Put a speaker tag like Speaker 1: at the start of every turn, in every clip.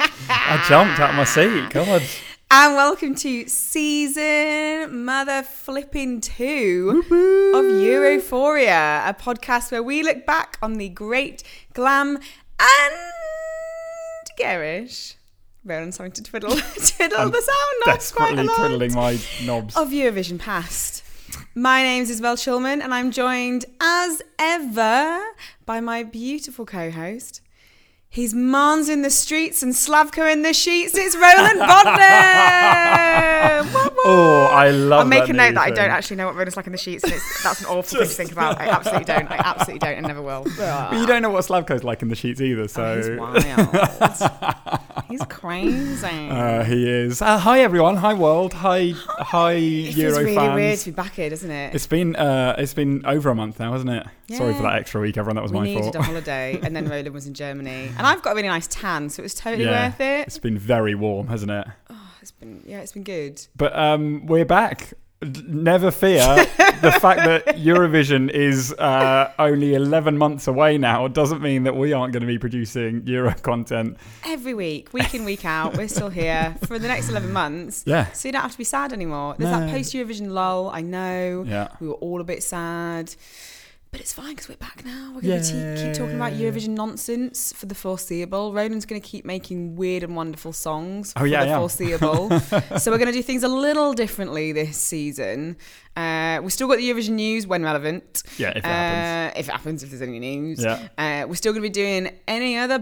Speaker 1: I jumped out of my seat. God.
Speaker 2: And welcome to season mother flipping two of Europhoria, a podcast where we look back on the great glam and garish. Roland's having to twiddle, twiddle the sound knobs quite a
Speaker 1: Desperately
Speaker 2: lot
Speaker 1: twiddling my knobs.
Speaker 2: of Eurovision past. My name's Isabel Schulman, and I'm joined as ever by my beautiful co-host. He's Mans in the streets and Slavka in the sheets. It's Roland Bodner. Wah, wah.
Speaker 1: Oh, I love
Speaker 2: I'll make
Speaker 1: that
Speaker 2: a note
Speaker 1: new
Speaker 2: that I
Speaker 1: thing.
Speaker 2: don't actually know what Roland's like in the sheets, and it's, that's an awful thing to think about. I absolutely don't. I absolutely don't, and never will.
Speaker 1: But you don't know what Slavko's like in the sheets either, so.
Speaker 2: He's wild. He's crazy.
Speaker 1: Uh, he is. Uh, hi everyone. Hi world. Hi hi,
Speaker 2: it
Speaker 1: Euro
Speaker 2: feels really
Speaker 1: fans.
Speaker 2: weird to be back here, doesn't it?
Speaker 1: It's been uh, it's been over a month now, hasn't it? Sorry for
Speaker 2: Yeah.
Speaker 1: that extra week, everyone. That was
Speaker 2: we
Speaker 1: my
Speaker 2: needed
Speaker 1: fault.
Speaker 2: a holiday, and then Roland was in Germany, and I've got a really nice tan, so it was totally
Speaker 1: Yeah.
Speaker 2: worth it. Oh,
Speaker 1: It's been very warm, hasn't it?
Speaker 2: It's been yeah, it's been good.
Speaker 1: But um, we're back. D- Never fear. the fact that Eurovision is uh, only 11 months away now doesn't mean that we aren't going to be producing Euro content.
Speaker 2: Every week, week in week out, we're still here for the next eleven months.
Speaker 1: Yeah.
Speaker 2: So you don't have to be sad anymore. There's that
Speaker 1: No.
Speaker 2: post Eurovision lull. I know
Speaker 1: Yeah.
Speaker 2: we were all a bit sad, but it's fine because we're back now. We're going to keep talking about
Speaker 1: Yay.
Speaker 2: Eurovision nonsense for the foreseeable. Roland's going to keep making weird and wonderful songs
Speaker 1: Oh,
Speaker 2: for
Speaker 1: yeah, I
Speaker 2: the
Speaker 1: am.
Speaker 2: foreseeable. so we're going to do things a little differently this season. Uh, we've still got the Eurovision news when relevant.
Speaker 1: Yeah, if it
Speaker 2: uh,
Speaker 1: happens.
Speaker 2: If it happens, if there's any news.
Speaker 1: Yeah.
Speaker 2: Uh, we're still going to be doing any other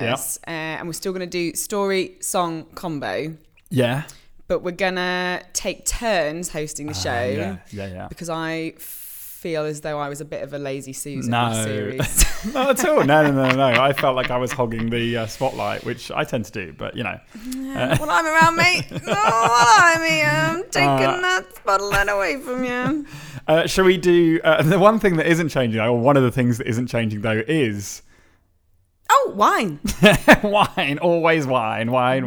Speaker 2: business. Uh, and we're still going to do story song combo.
Speaker 1: Yeah.
Speaker 2: But we're going to take turns hosting the show
Speaker 1: Uh, yeah. Yeah. Yeah.
Speaker 2: because I feel as though I was a bit of a lazy Susan in
Speaker 1: No.
Speaker 2: the series.
Speaker 1: Not at all. No, no, no, no. I felt like I was hogging the uh, spotlight, which I tend to do, but you know.
Speaker 2: well, I'm around, mate. Oh, well, I'm here. I'm taking
Speaker 1: Uh,
Speaker 2: that spotlight away from you.
Speaker 1: Uh, shall we do uh, the one thing that isn't changing, or one of the things that isn't changing, though, is
Speaker 2: Oh, wine.
Speaker 1: wine. Always wine, wine,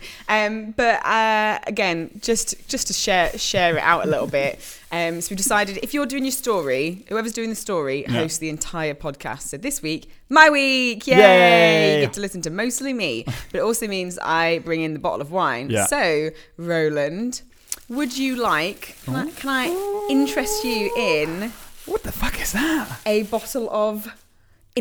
Speaker 2: wine. Um, but uh, again, just just to share share it out a little bit. Um, so we decided if you're doing your story, whoever's doing the story
Speaker 1: Yeah.
Speaker 2: hosts the entire podcast. So this week, my week, yay!
Speaker 1: Yay!
Speaker 2: You get to listen to mostly me, but it also means I bring in the bottle of wine.
Speaker 1: Yeah.
Speaker 2: So Roland, would you like? Can
Speaker 1: Oh.
Speaker 2: I, can I interest you in
Speaker 1: What the fuck is that?
Speaker 2: a bottle of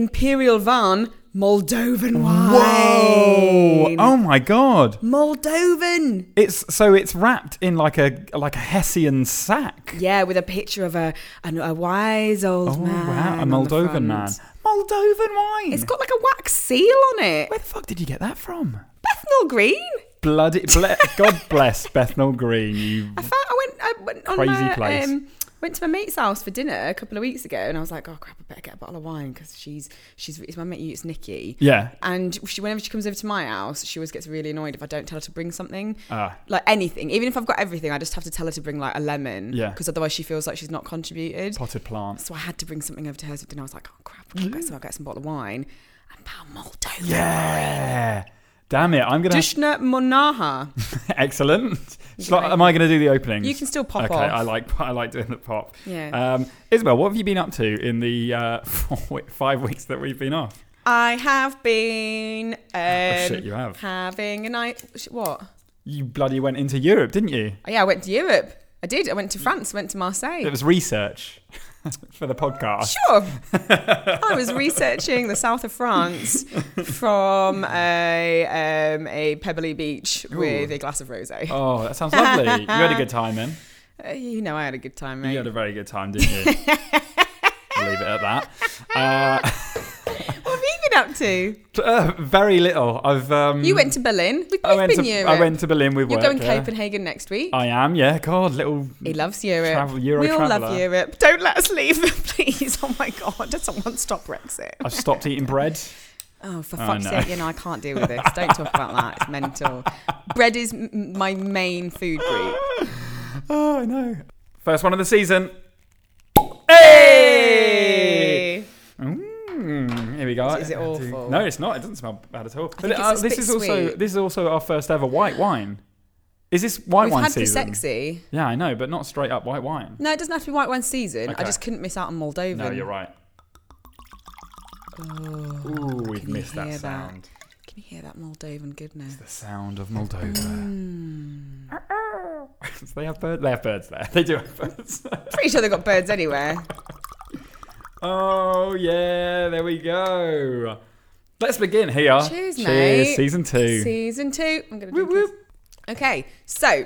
Speaker 2: Imperial Van? Moldovan wine.
Speaker 1: Whoa! Oh my god!
Speaker 2: Moldovan.
Speaker 1: It's so it's wrapped in like a like a Hessian sack.
Speaker 2: Yeah, with a picture of a an, a wise old
Speaker 1: Oh
Speaker 2: man.
Speaker 1: wow, a
Speaker 2: on the
Speaker 1: Moldovan
Speaker 2: front.
Speaker 1: man. Moldovan wine.
Speaker 2: It's got like a wax seal on it.
Speaker 1: Where the fuck did you get that from?
Speaker 2: Bethnal Green.
Speaker 1: Bloody ble- God bless Bethnal Green. You
Speaker 2: I found, I went I went on
Speaker 1: Crazy
Speaker 2: my,
Speaker 1: place.
Speaker 2: Um, went to my mate's house for dinner a couple of weeks ago, and I was like, oh crap, I better get a bottle of wine because she's she's it's my mate. It's Nikki.
Speaker 1: yeah.
Speaker 2: And she, whenever she comes over to my house, she always gets really annoyed if I don't tell her to bring something,
Speaker 1: Ah.
Speaker 2: like anything. Even if I've got everything, I just have to tell her to bring like a lemon,
Speaker 1: Yeah.
Speaker 2: because otherwise she feels like she's not contributed.
Speaker 1: potted plants.
Speaker 2: So I had to bring something over to hers for dinner. I was like, oh crap, I guess
Speaker 1: Mm.
Speaker 2: I'll get some bottle of wine. And found Moldovan.
Speaker 1: Yeah. Damn it! I'm gonna.
Speaker 2: Dushna Monaha.
Speaker 1: Excellent. Shall
Speaker 2: can
Speaker 1: I- am I gonna do the openings?
Speaker 2: You can still pop
Speaker 1: okay,
Speaker 2: off.
Speaker 1: I like I like doing the pop.
Speaker 2: yeah.
Speaker 1: Um, Isabel, what have you been up to in the uh, four, we- five weeks that we've been off?
Speaker 2: I have been
Speaker 1: oh,
Speaker 2: um,
Speaker 1: shit, you have.
Speaker 2: having a night. sh- What?
Speaker 1: You bloody went into Europe, didn't you?
Speaker 2: Oh, yeah, I went to Europe. I did. I went to France. Went to Marseille.
Speaker 1: It was research for the podcast.
Speaker 2: Sure. I was researching the south of France from a, um, a pebbly beach with a glass of rosé.
Speaker 1: Oh, that sounds lovely. you had a good time then.
Speaker 2: Uh, you know, I had a good time, mate.
Speaker 1: Oh. You had a very good time, didn't you? I'll Leave it at that. Uh,
Speaker 2: What have you been up to?
Speaker 1: t- uh, very little. I've. Um,
Speaker 2: You went to Berlin. We've
Speaker 1: I
Speaker 2: both
Speaker 1: went
Speaker 2: been
Speaker 1: to.
Speaker 2: Europe.
Speaker 1: I went to Berlin with
Speaker 2: You're
Speaker 1: work.
Speaker 2: going
Speaker 1: yeah.
Speaker 2: Copenhagen next week.
Speaker 1: I am. Yeah. God, little.
Speaker 2: he loves Europe.
Speaker 1: Travel- Euro
Speaker 2: we all love
Speaker 1: traveller.
Speaker 2: Europe. Don't let us leave, please. Oh my God. Does someone stop Brexit?
Speaker 1: I've stopped eating bread.
Speaker 2: Oh, for
Speaker 1: I
Speaker 2: fuck's
Speaker 1: know.
Speaker 2: sake. You know, I can't deal with this. Don't talk about that. It's mental. Bread is m- my main food group.
Speaker 1: Oh, I know. First one of the season. Hey!
Speaker 2: Hey!
Speaker 1: Mm, here we go.
Speaker 2: Is it awful?
Speaker 1: No, it's not. It doesn't smell bad at all.
Speaker 2: think it's
Speaker 1: uh,
Speaker 2: a
Speaker 1: this
Speaker 2: bit
Speaker 1: is also
Speaker 2: sweet.
Speaker 1: this is also our first ever white wine. Is this white
Speaker 2: We've
Speaker 1: wine
Speaker 2: had
Speaker 1: season?
Speaker 2: Prosexy.
Speaker 1: Yeah, I know, but not straight up white wine.
Speaker 2: No, it doesn't have to be white wine season. I
Speaker 1: Okay.
Speaker 2: just couldn't miss out on Moldovan. Oh,
Speaker 1: No, you're right. Ooh, we've
Speaker 2: can you
Speaker 1: missed that
Speaker 2: hear that?
Speaker 1: sound.
Speaker 2: Can you hear that Moldovan goodness? Hmm.
Speaker 1: The sound of Moldova. So they have birds. They have birds there. They do have birds.
Speaker 2: Pretty sure they've got birds anywhere.
Speaker 1: oh yeah, there we go. Let's begin here.
Speaker 2: Cheers,
Speaker 1: Cheers,
Speaker 2: mate.
Speaker 1: season two.
Speaker 2: Season two. I'm gonna.
Speaker 1: Whoop,
Speaker 2: drink this.
Speaker 1: whoop.
Speaker 2: Okay, so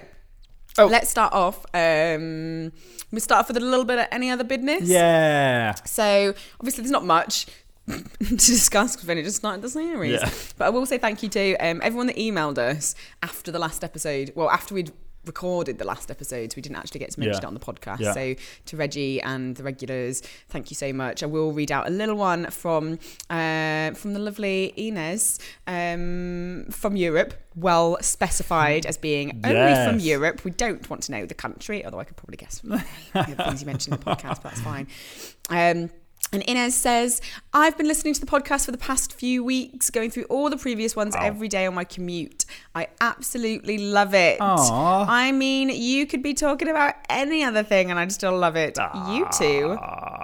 Speaker 1: Oh.
Speaker 2: let's start off. Um, we start off with a little bit of any other business.
Speaker 1: Yeah.
Speaker 2: So obviously, there's not much to discuss because then it just started the series.
Speaker 1: Yeah.
Speaker 2: But I will say thank you to um, everyone that emailed us after the last episode. Well, after we'd recorded the last episode, so we didn't actually get to mention
Speaker 1: Yeah.
Speaker 2: it on the podcast.
Speaker 1: Yeah.
Speaker 2: So to Reggie and the regulars, thank you so much. I will read out a little one from uh, from the lovely Inez um, from Europe. Well
Speaker 1: Hmm.
Speaker 2: specified as being only from
Speaker 1: Yes.
Speaker 2: Europe. We don't want to know the country, although I could probably guess from the name, the things you mentioned in the podcast, but that's fine. Um, and Inez says, I've been listening to the podcast for the past few weeks, going through all the previous ones
Speaker 1: Wow.
Speaker 2: every day on my commute. I absolutely love it.
Speaker 1: Aw.
Speaker 2: I mean, you could be talking about any other thing and I'd still love it. You two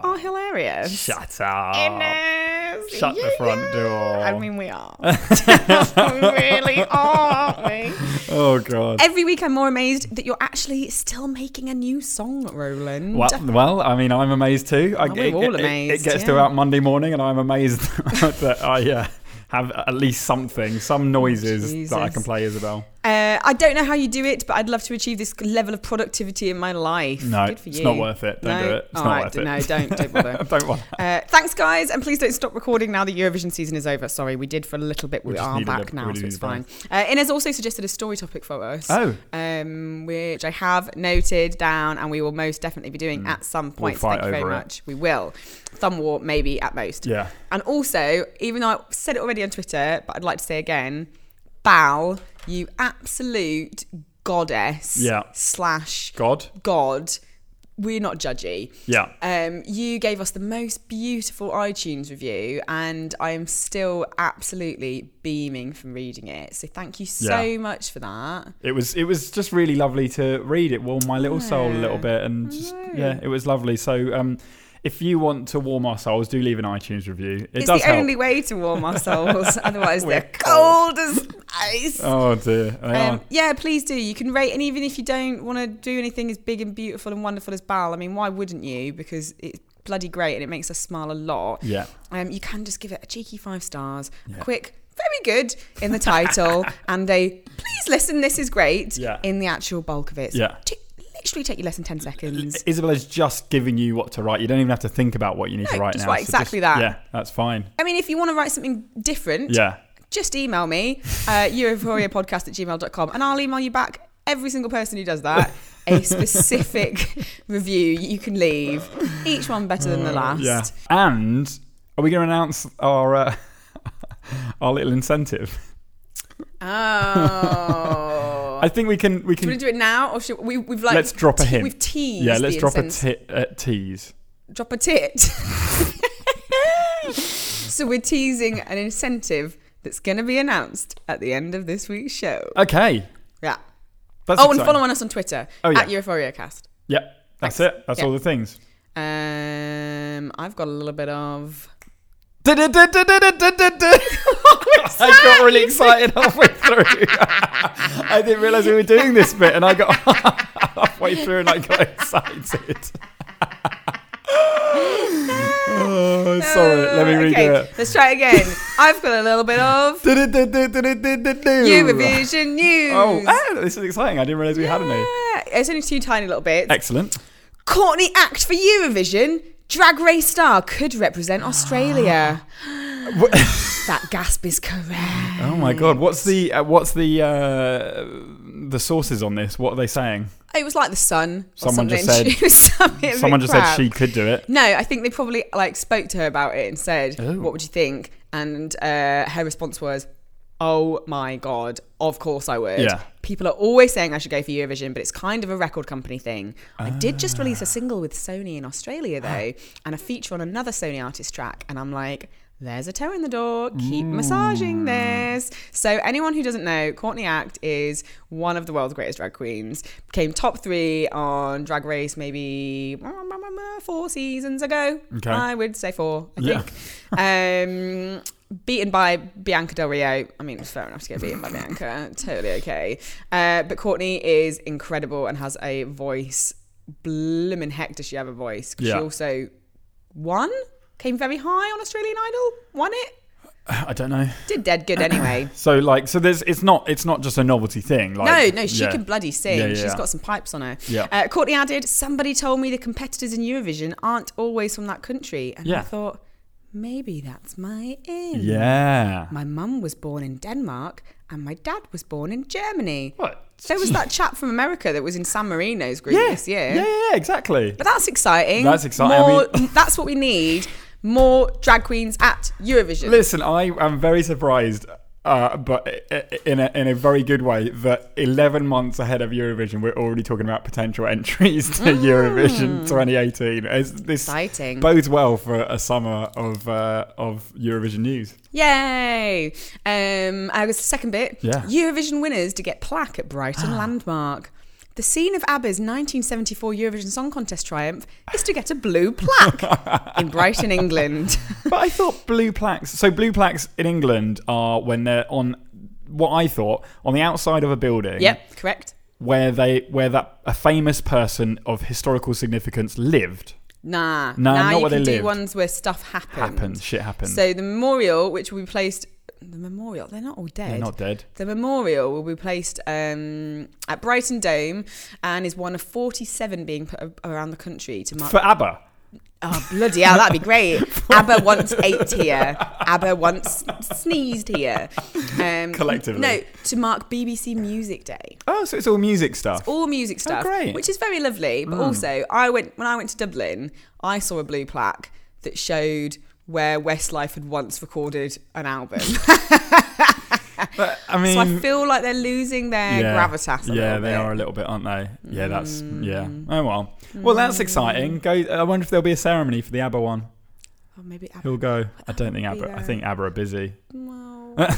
Speaker 2: are hilarious.
Speaker 1: Ah. Shut up.
Speaker 2: Inez.
Speaker 1: Shut the front door.
Speaker 2: I mean, we are. we really are, aren't we?
Speaker 1: Oh god.
Speaker 2: Every week I'm more amazed that you're actually still making a new song, Roland.
Speaker 1: Well, well, I mean, I'm amazed too. I,
Speaker 2: Well, we're
Speaker 1: it-
Speaker 2: all
Speaker 1: it- it- It,
Speaker 2: amazed,
Speaker 1: gets to
Speaker 2: yeah.
Speaker 1: about Monday morning, and I'm amazed that I uh, have at least something, some noises that I
Speaker 2: Jesus.
Speaker 1: can play Isabel.
Speaker 2: Uh, I don't know how you do it, but I'd love to achieve this level of productivity in my life.
Speaker 1: No,
Speaker 2: Good for
Speaker 1: it's
Speaker 2: you.
Speaker 1: not worth it. Don't do it. It's
Speaker 2: All
Speaker 1: not
Speaker 2: right,
Speaker 1: worth it.
Speaker 2: No, don't, don't bother.
Speaker 1: Don't want.
Speaker 2: Uh, thanks, guys, and please don't stop recording now the Eurovision season is over. Sorry, we did for a little bit. We,
Speaker 1: We just
Speaker 2: are
Speaker 1: needed a-
Speaker 2: back
Speaker 1: we
Speaker 2: now,
Speaker 1: really
Speaker 2: so it's fine.
Speaker 1: needed
Speaker 2: Uh, Inez also suggested a story topic for us,
Speaker 1: Oh,
Speaker 2: um, which I have noted down, and we will most definitely be doing at some point. so
Speaker 1: Mm. fight
Speaker 2: Thank you very
Speaker 1: over it.
Speaker 2: much. We will. Thumb war, maybe at most.
Speaker 1: yeah.
Speaker 2: And also, even though I said it already on Twitter, but I'd like to say again, Bal, you absolute goddess
Speaker 1: Yeah.
Speaker 2: slash
Speaker 1: God.
Speaker 2: god. We're not judgy.
Speaker 1: Yeah.
Speaker 2: Um, you gave us the most beautiful iTunes review, and I am still absolutely beaming from reading it. So thank you so
Speaker 1: Yeah.
Speaker 2: much for that.
Speaker 1: It was it was just really lovely to read. It warmed my little soul a little
Speaker 2: Yeah.
Speaker 1: bit, and just yeah, it was lovely. So, um, if you want to warm our souls, do leave an iTunes review. It
Speaker 2: it's
Speaker 1: does
Speaker 2: the
Speaker 1: help.
Speaker 2: only way to warm our souls. Otherwise,
Speaker 1: We're
Speaker 2: they're cold as ice.
Speaker 1: oh dear. They
Speaker 2: Um,
Speaker 1: are.
Speaker 2: yeah, please do. You can rate, and even if you don't want to do anything as big and beautiful and wonderful as Bal, I mean, why wouldn't you? Because it's bloody great and it makes us smile a lot.
Speaker 1: Yeah.
Speaker 2: Um, you can just give it a cheeky five stars,
Speaker 1: Yeah.
Speaker 2: a quick, very good in the title, and a please listen, this is great
Speaker 1: Yeah.
Speaker 2: in the actual bulk of it. So
Speaker 1: Yeah.
Speaker 2: t- literally take you less than 10 seconds.
Speaker 1: Isabella's just giving you what to write. You don't even have to think about what you need to
Speaker 2: No,
Speaker 1: write
Speaker 2: just
Speaker 1: now.
Speaker 2: write exactly that.
Speaker 1: Yeah, that's fine.
Speaker 2: I mean, if you want to write something different,
Speaker 1: Yeah.
Speaker 2: just email me, uh, podcast at gmail.com, and I'll email you back every single person who does that a specific review you can leave, each one better than the last.
Speaker 1: Uh, Yeah. And are we going to announce our uh, our little incentive?
Speaker 2: Oh.
Speaker 1: I think we can we
Speaker 2: do you
Speaker 1: can
Speaker 2: want to do it now, or should we, we've like
Speaker 1: Let's drop a hint.
Speaker 2: We've teased.
Speaker 1: yeah, let's
Speaker 2: the
Speaker 1: drop a
Speaker 2: incense-
Speaker 1: ti- uh, tease.
Speaker 2: drop a tit. so we're teasing an incentive that's going to be announced at the end of this week's show.
Speaker 1: Okay.
Speaker 2: Yeah.
Speaker 1: That's
Speaker 2: Oh, and
Speaker 1: exciting.
Speaker 2: follow on us on Twitter
Speaker 1: Oh, yeah.
Speaker 2: at EuphoriaCast.
Speaker 1: Yeah, that's
Speaker 2: Thanks.
Speaker 1: it. That's
Speaker 2: Yeah.
Speaker 1: all the things.
Speaker 2: Um, I've got a little bit of.
Speaker 1: I got really excited halfway through. I didn't realize we were doing this bit, and I got halfway through and I got excited. oh, sorry, let me
Speaker 2: Uh,
Speaker 1: redo
Speaker 2: Okay,
Speaker 1: it.
Speaker 2: Let's try it again. I've got a little bit of
Speaker 1: Eurovision.
Speaker 2: Eurovision news.
Speaker 1: Oh, ah, this is exciting. I didn't realize we had any.
Speaker 2: Yeah. It's only two tiny little bits.
Speaker 1: Excellent.
Speaker 2: Courtney Act for Eurovision. Drag race star could represent Australia.
Speaker 1: What-
Speaker 2: that gasp is correct.
Speaker 1: Oh my god, what's the uh, what's the uh, the sources on this? What are they saying?
Speaker 2: It was like the sun. Or
Speaker 1: Someone just
Speaker 2: something. She was something a bit
Speaker 1: Someone just
Speaker 2: crap.
Speaker 1: said she could do it.
Speaker 2: No, I think they probably like spoke to her about it and said,
Speaker 1: Oh.
Speaker 2: "What would you think?" And uh, her response was, "Oh my god, of course I would."
Speaker 1: Yeah.
Speaker 2: People are always saying I should go for Eurovision, but it's kind of a record company thing. I did just release a single with Sony in Australia though, and a feature on another Sony artist track, and I'm like, There's a toe in the door. Keep massaging this. So, anyone who doesn't know, Courtney Act is one of the world's greatest drag queens. Came top three on Drag Race maybe mm, four seasons ago.
Speaker 1: Okay.
Speaker 2: I would say four, I
Speaker 1: Yeah.
Speaker 2: think. um, beaten by Bianca Del Rio. I mean, it's fair enough to get beaten by Bianca. Totally okay. Uh, but Courtney is incredible and has a voice. Blimmin' heck, does she have a voice? 'Cause
Speaker 1: Yeah.
Speaker 2: She also won, came very high on Australian Idol, won it,
Speaker 1: I don't know.
Speaker 2: did dead good anyway.
Speaker 1: So like, so there's it's not it's not just a novelty thing. Like,
Speaker 2: no, no, she
Speaker 1: yeah.
Speaker 2: can bloody sing.
Speaker 1: Yeah, yeah,
Speaker 2: She's
Speaker 1: yeah.
Speaker 2: got some pipes on her.
Speaker 1: Yeah.
Speaker 2: Uh, Courtney added, somebody told me the competitors in Eurovision aren't always from that country. And I
Speaker 1: Yeah.
Speaker 2: thought, maybe that's my in.
Speaker 1: Yeah.
Speaker 2: My mum was born in Denmark and my dad was born in Germany.
Speaker 1: What?
Speaker 2: There was that chap from America that was in San Marino's group
Speaker 1: Yeah.
Speaker 2: this year.
Speaker 1: Yeah, yeah, yeah, exactly.
Speaker 2: But that's exciting.
Speaker 1: That's exciting. I
Speaker 2: More, that's what we need. More drag queens at Eurovision.
Speaker 1: Listen, I am very surprised, uh, but i- i- in a, in a very good way, that 11 months ahead of Eurovision, we're already talking about potential entries to Eurovision 2018. It's, this
Speaker 2: Mm. Exciting.
Speaker 1: bodes well for a summer of uh, of Eurovision news.
Speaker 2: Yay! Um, I was the second bit.
Speaker 1: Yeah.
Speaker 2: Eurovision winners to get plaque at Brighton Landmark. The scene of ABBA's 1974 Eurovision Song Contest triumph is to get a blue plaque in Brighton, England.
Speaker 1: but I thought blue plaques. So blue plaques in England are when they're on what I thought on the outside of a building.
Speaker 2: yep, correct.
Speaker 1: Where they where that a famous person of historical significance lived.
Speaker 2: Nah.
Speaker 1: No,
Speaker 2: now
Speaker 1: not
Speaker 2: you
Speaker 1: where they
Speaker 2: can do
Speaker 1: lived.
Speaker 2: ones where stuff happened.
Speaker 1: Happened. Shit happened.
Speaker 2: So the memorial, which will be placed. The memorial, they're not all dead.
Speaker 1: they're not dead.
Speaker 2: The memorial will be placed um, at Brighton Dome and is one of 47 being put a- around the country to mark
Speaker 1: For ABBA.
Speaker 2: Oh bloody hell, that'd be great. ABBA once ate here. ABBA once sneezed here. Um,
Speaker 1: Collectively.
Speaker 2: No, to mark BBC Music Day.
Speaker 1: Oh, so it's all music stuff.
Speaker 2: All music stuff.
Speaker 1: Oh, great. Mm.
Speaker 2: Which is very lovely. But also I went when I went to Dublin, I saw a blue plaque that showed where Westlife had once recorded an album.
Speaker 1: But, I mean,
Speaker 2: so I feel like they're losing their gravitas a
Speaker 1: yeah,
Speaker 2: little
Speaker 1: they
Speaker 2: bit. Mm.
Speaker 1: are a little bit, aren't they? Yeah, that's yeah. Oh well, well that's exciting. Go. I wonder if there'll be a ceremony for the ABBA one.
Speaker 2: Oh, maybe ABBA.
Speaker 1: Who'll go? I don't think
Speaker 2: I'll be
Speaker 1: ABBA. I
Speaker 2: there.
Speaker 1: think ABBA are busy.
Speaker 2: Well,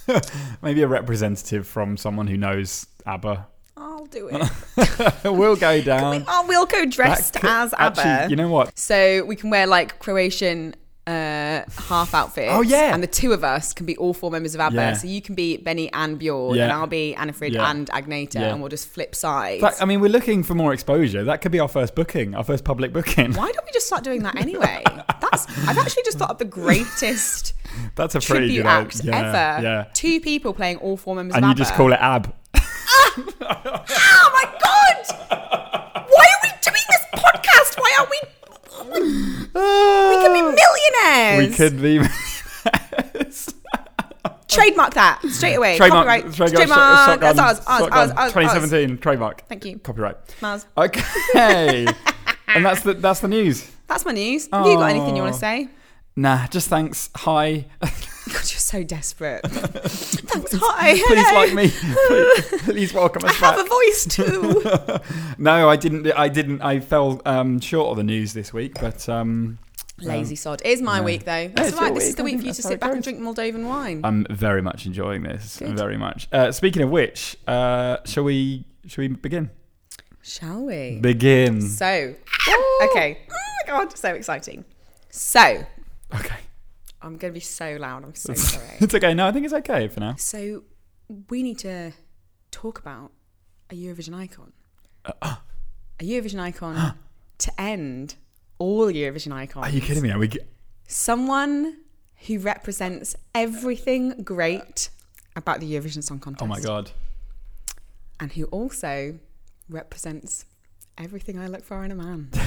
Speaker 1: Maybe a representative from someone who knows ABBA.
Speaker 2: I'll do it.
Speaker 1: we'll go down.
Speaker 2: we, oh, we'll go
Speaker 1: That
Speaker 2: dressed
Speaker 1: could-
Speaker 2: as ABBA.
Speaker 1: Actually, you know what?
Speaker 2: So we can wear like Croatian uh, half outfits.
Speaker 1: Oh, yeah.
Speaker 2: And the two of us can be all four members of ABBA.
Speaker 1: Yeah.
Speaker 2: So you can be Benny and Bjorn,
Speaker 1: Yeah.
Speaker 2: and I'll be Anifrid
Speaker 1: Yeah.
Speaker 2: and Agneta,
Speaker 1: Yeah.
Speaker 2: and we'll just flip sides.
Speaker 1: That- I mean, we're looking for more exposure. That could be our first booking, our first public booking.
Speaker 2: Why don't we just start doing that anyway? That's I've actually just thought of the greatest
Speaker 1: That's a pretty
Speaker 2: tribute
Speaker 1: good idea.
Speaker 2: act
Speaker 1: yeah,
Speaker 2: ever.
Speaker 1: Yeah.
Speaker 2: Two people playing all four members
Speaker 1: And
Speaker 2: of
Speaker 1: you
Speaker 2: ABBA.
Speaker 1: just call it AB.
Speaker 2: Oh my god! Why are we doing this podcast? Why aren't we? We could be millionaires.
Speaker 1: We could be.
Speaker 2: trademark that straight away.
Speaker 1: trademark.
Speaker 2: Copyright.
Speaker 1: Trademark.
Speaker 2: Trademark.
Speaker 1: shotgun,
Speaker 2: That's ours. Ours.
Speaker 1: shotgun,
Speaker 2: Ours. Ours. ours.
Speaker 1: 2017 trademark.
Speaker 2: Thank you.
Speaker 1: Copyright.
Speaker 2: Mars.
Speaker 1: Okay. and that's the that's the news.
Speaker 2: That's my news. Have you got anything you want
Speaker 1: Aw.
Speaker 2: to say?
Speaker 1: Nah, just thanks. Hi.
Speaker 2: God, you're so desperate. Thanks. Hi.
Speaker 1: Please
Speaker 2: hello.
Speaker 1: like me. Please, please welcome
Speaker 2: I
Speaker 1: us
Speaker 2: have
Speaker 1: back.
Speaker 2: a voice too.
Speaker 1: No, I didn't. I didn't. I fell um, short of the news this week, but um,
Speaker 2: Lazy sod. It is my
Speaker 1: no.
Speaker 2: week though.
Speaker 1: it's
Speaker 2: That's
Speaker 1: your
Speaker 2: right. This is
Speaker 1: week.
Speaker 2: the
Speaker 1: I
Speaker 2: week
Speaker 1: think
Speaker 2: for you
Speaker 1: that's
Speaker 2: to
Speaker 1: how
Speaker 2: sit
Speaker 1: it
Speaker 2: back and
Speaker 1: goes.
Speaker 2: drink Moldovan wine.
Speaker 1: I'm very much enjoying this. Very much. Uh, speaking of which, uh, shall we? Shall we begin?
Speaker 2: Shall we?
Speaker 1: Begin.
Speaker 2: So, okay. Oh my god, so exciting. So,
Speaker 1: Okay.
Speaker 2: I'm going to be so loud. I'm so sorry.
Speaker 1: It's okay. No, I think it's okay for now.
Speaker 2: So, we need to talk about a Eurovision icon. A Eurovision icon to end all Eurovision icons.
Speaker 1: Are you kidding me? Are we? g-
Speaker 2: someone who represents everything great about the Eurovision Song Contest.
Speaker 1: Oh my god.
Speaker 2: And who also represents everything I look for in a man.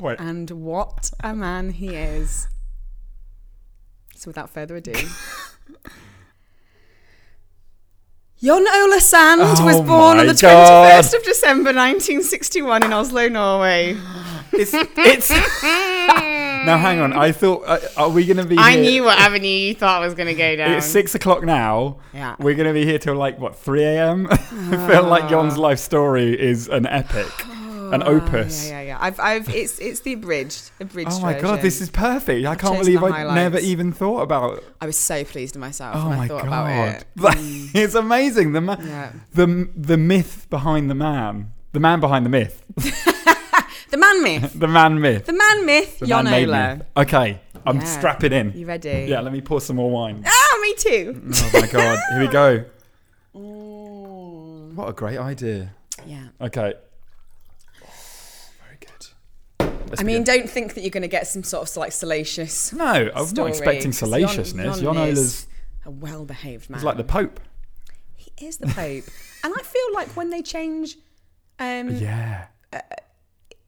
Speaker 1: Wait.
Speaker 2: and what a man he is. So without further ado. Jon Ola Sand was
Speaker 1: Oh
Speaker 2: born on
Speaker 1: my
Speaker 2: the
Speaker 1: God.
Speaker 2: 21st of December 1961 in Oslo, Norway.
Speaker 1: It's it's. now hang on. I thought. Uh, are we gonna be?
Speaker 2: I
Speaker 1: here-
Speaker 2: knew what avenue you thought was going to go down.
Speaker 1: It's six o'clock now.
Speaker 2: Yeah.
Speaker 1: We're gonna be here till like what three a.m. I feel like John's life story is an epic. an
Speaker 2: Ah,
Speaker 1: opus.
Speaker 2: Yeah, yeah, yeah. I've, I've, it's, it's the abridged, abridged.
Speaker 1: Oh my god,
Speaker 2: version.
Speaker 1: this is perfect! I can't
Speaker 2: chosen
Speaker 1: believe
Speaker 2: the
Speaker 1: I never
Speaker 2: highlights.
Speaker 1: even thought about.
Speaker 2: I was so pleased with myself
Speaker 1: Oh
Speaker 2: when
Speaker 1: my
Speaker 2: I thought about
Speaker 1: god,
Speaker 2: it. Mm,
Speaker 1: it's amazing. The ma-
Speaker 2: Yeah.
Speaker 1: the the myth behind the man, the man behind the myth,
Speaker 2: The man myth.
Speaker 1: the man myth,
Speaker 2: The man myth,
Speaker 1: the
Speaker 2: Jon
Speaker 1: man-made
Speaker 2: Ola.
Speaker 1: myth. Okay, I'm
Speaker 2: Yeah.
Speaker 1: strapping in.
Speaker 2: You ready?
Speaker 1: Yeah, let me pour some more wine.
Speaker 2: Ah, me too.
Speaker 1: Oh my god, here we go. What a great idea.
Speaker 2: Yeah.
Speaker 1: Okay. Oh, very good. Let's
Speaker 2: I mean,
Speaker 1: begin.
Speaker 2: don't think that you're going to get some sort of like salacious,
Speaker 1: no, I'm not
Speaker 2: story,
Speaker 1: expecting
Speaker 2: 'cause Jon-
Speaker 1: salaciousness.
Speaker 2: Jon
Speaker 1: Jon
Speaker 2: is-
Speaker 1: Ola's
Speaker 2: a well-behaved man.
Speaker 1: he's like the Pope.
Speaker 2: he is the Pope, and I feel like when they change, um,
Speaker 1: Yeah,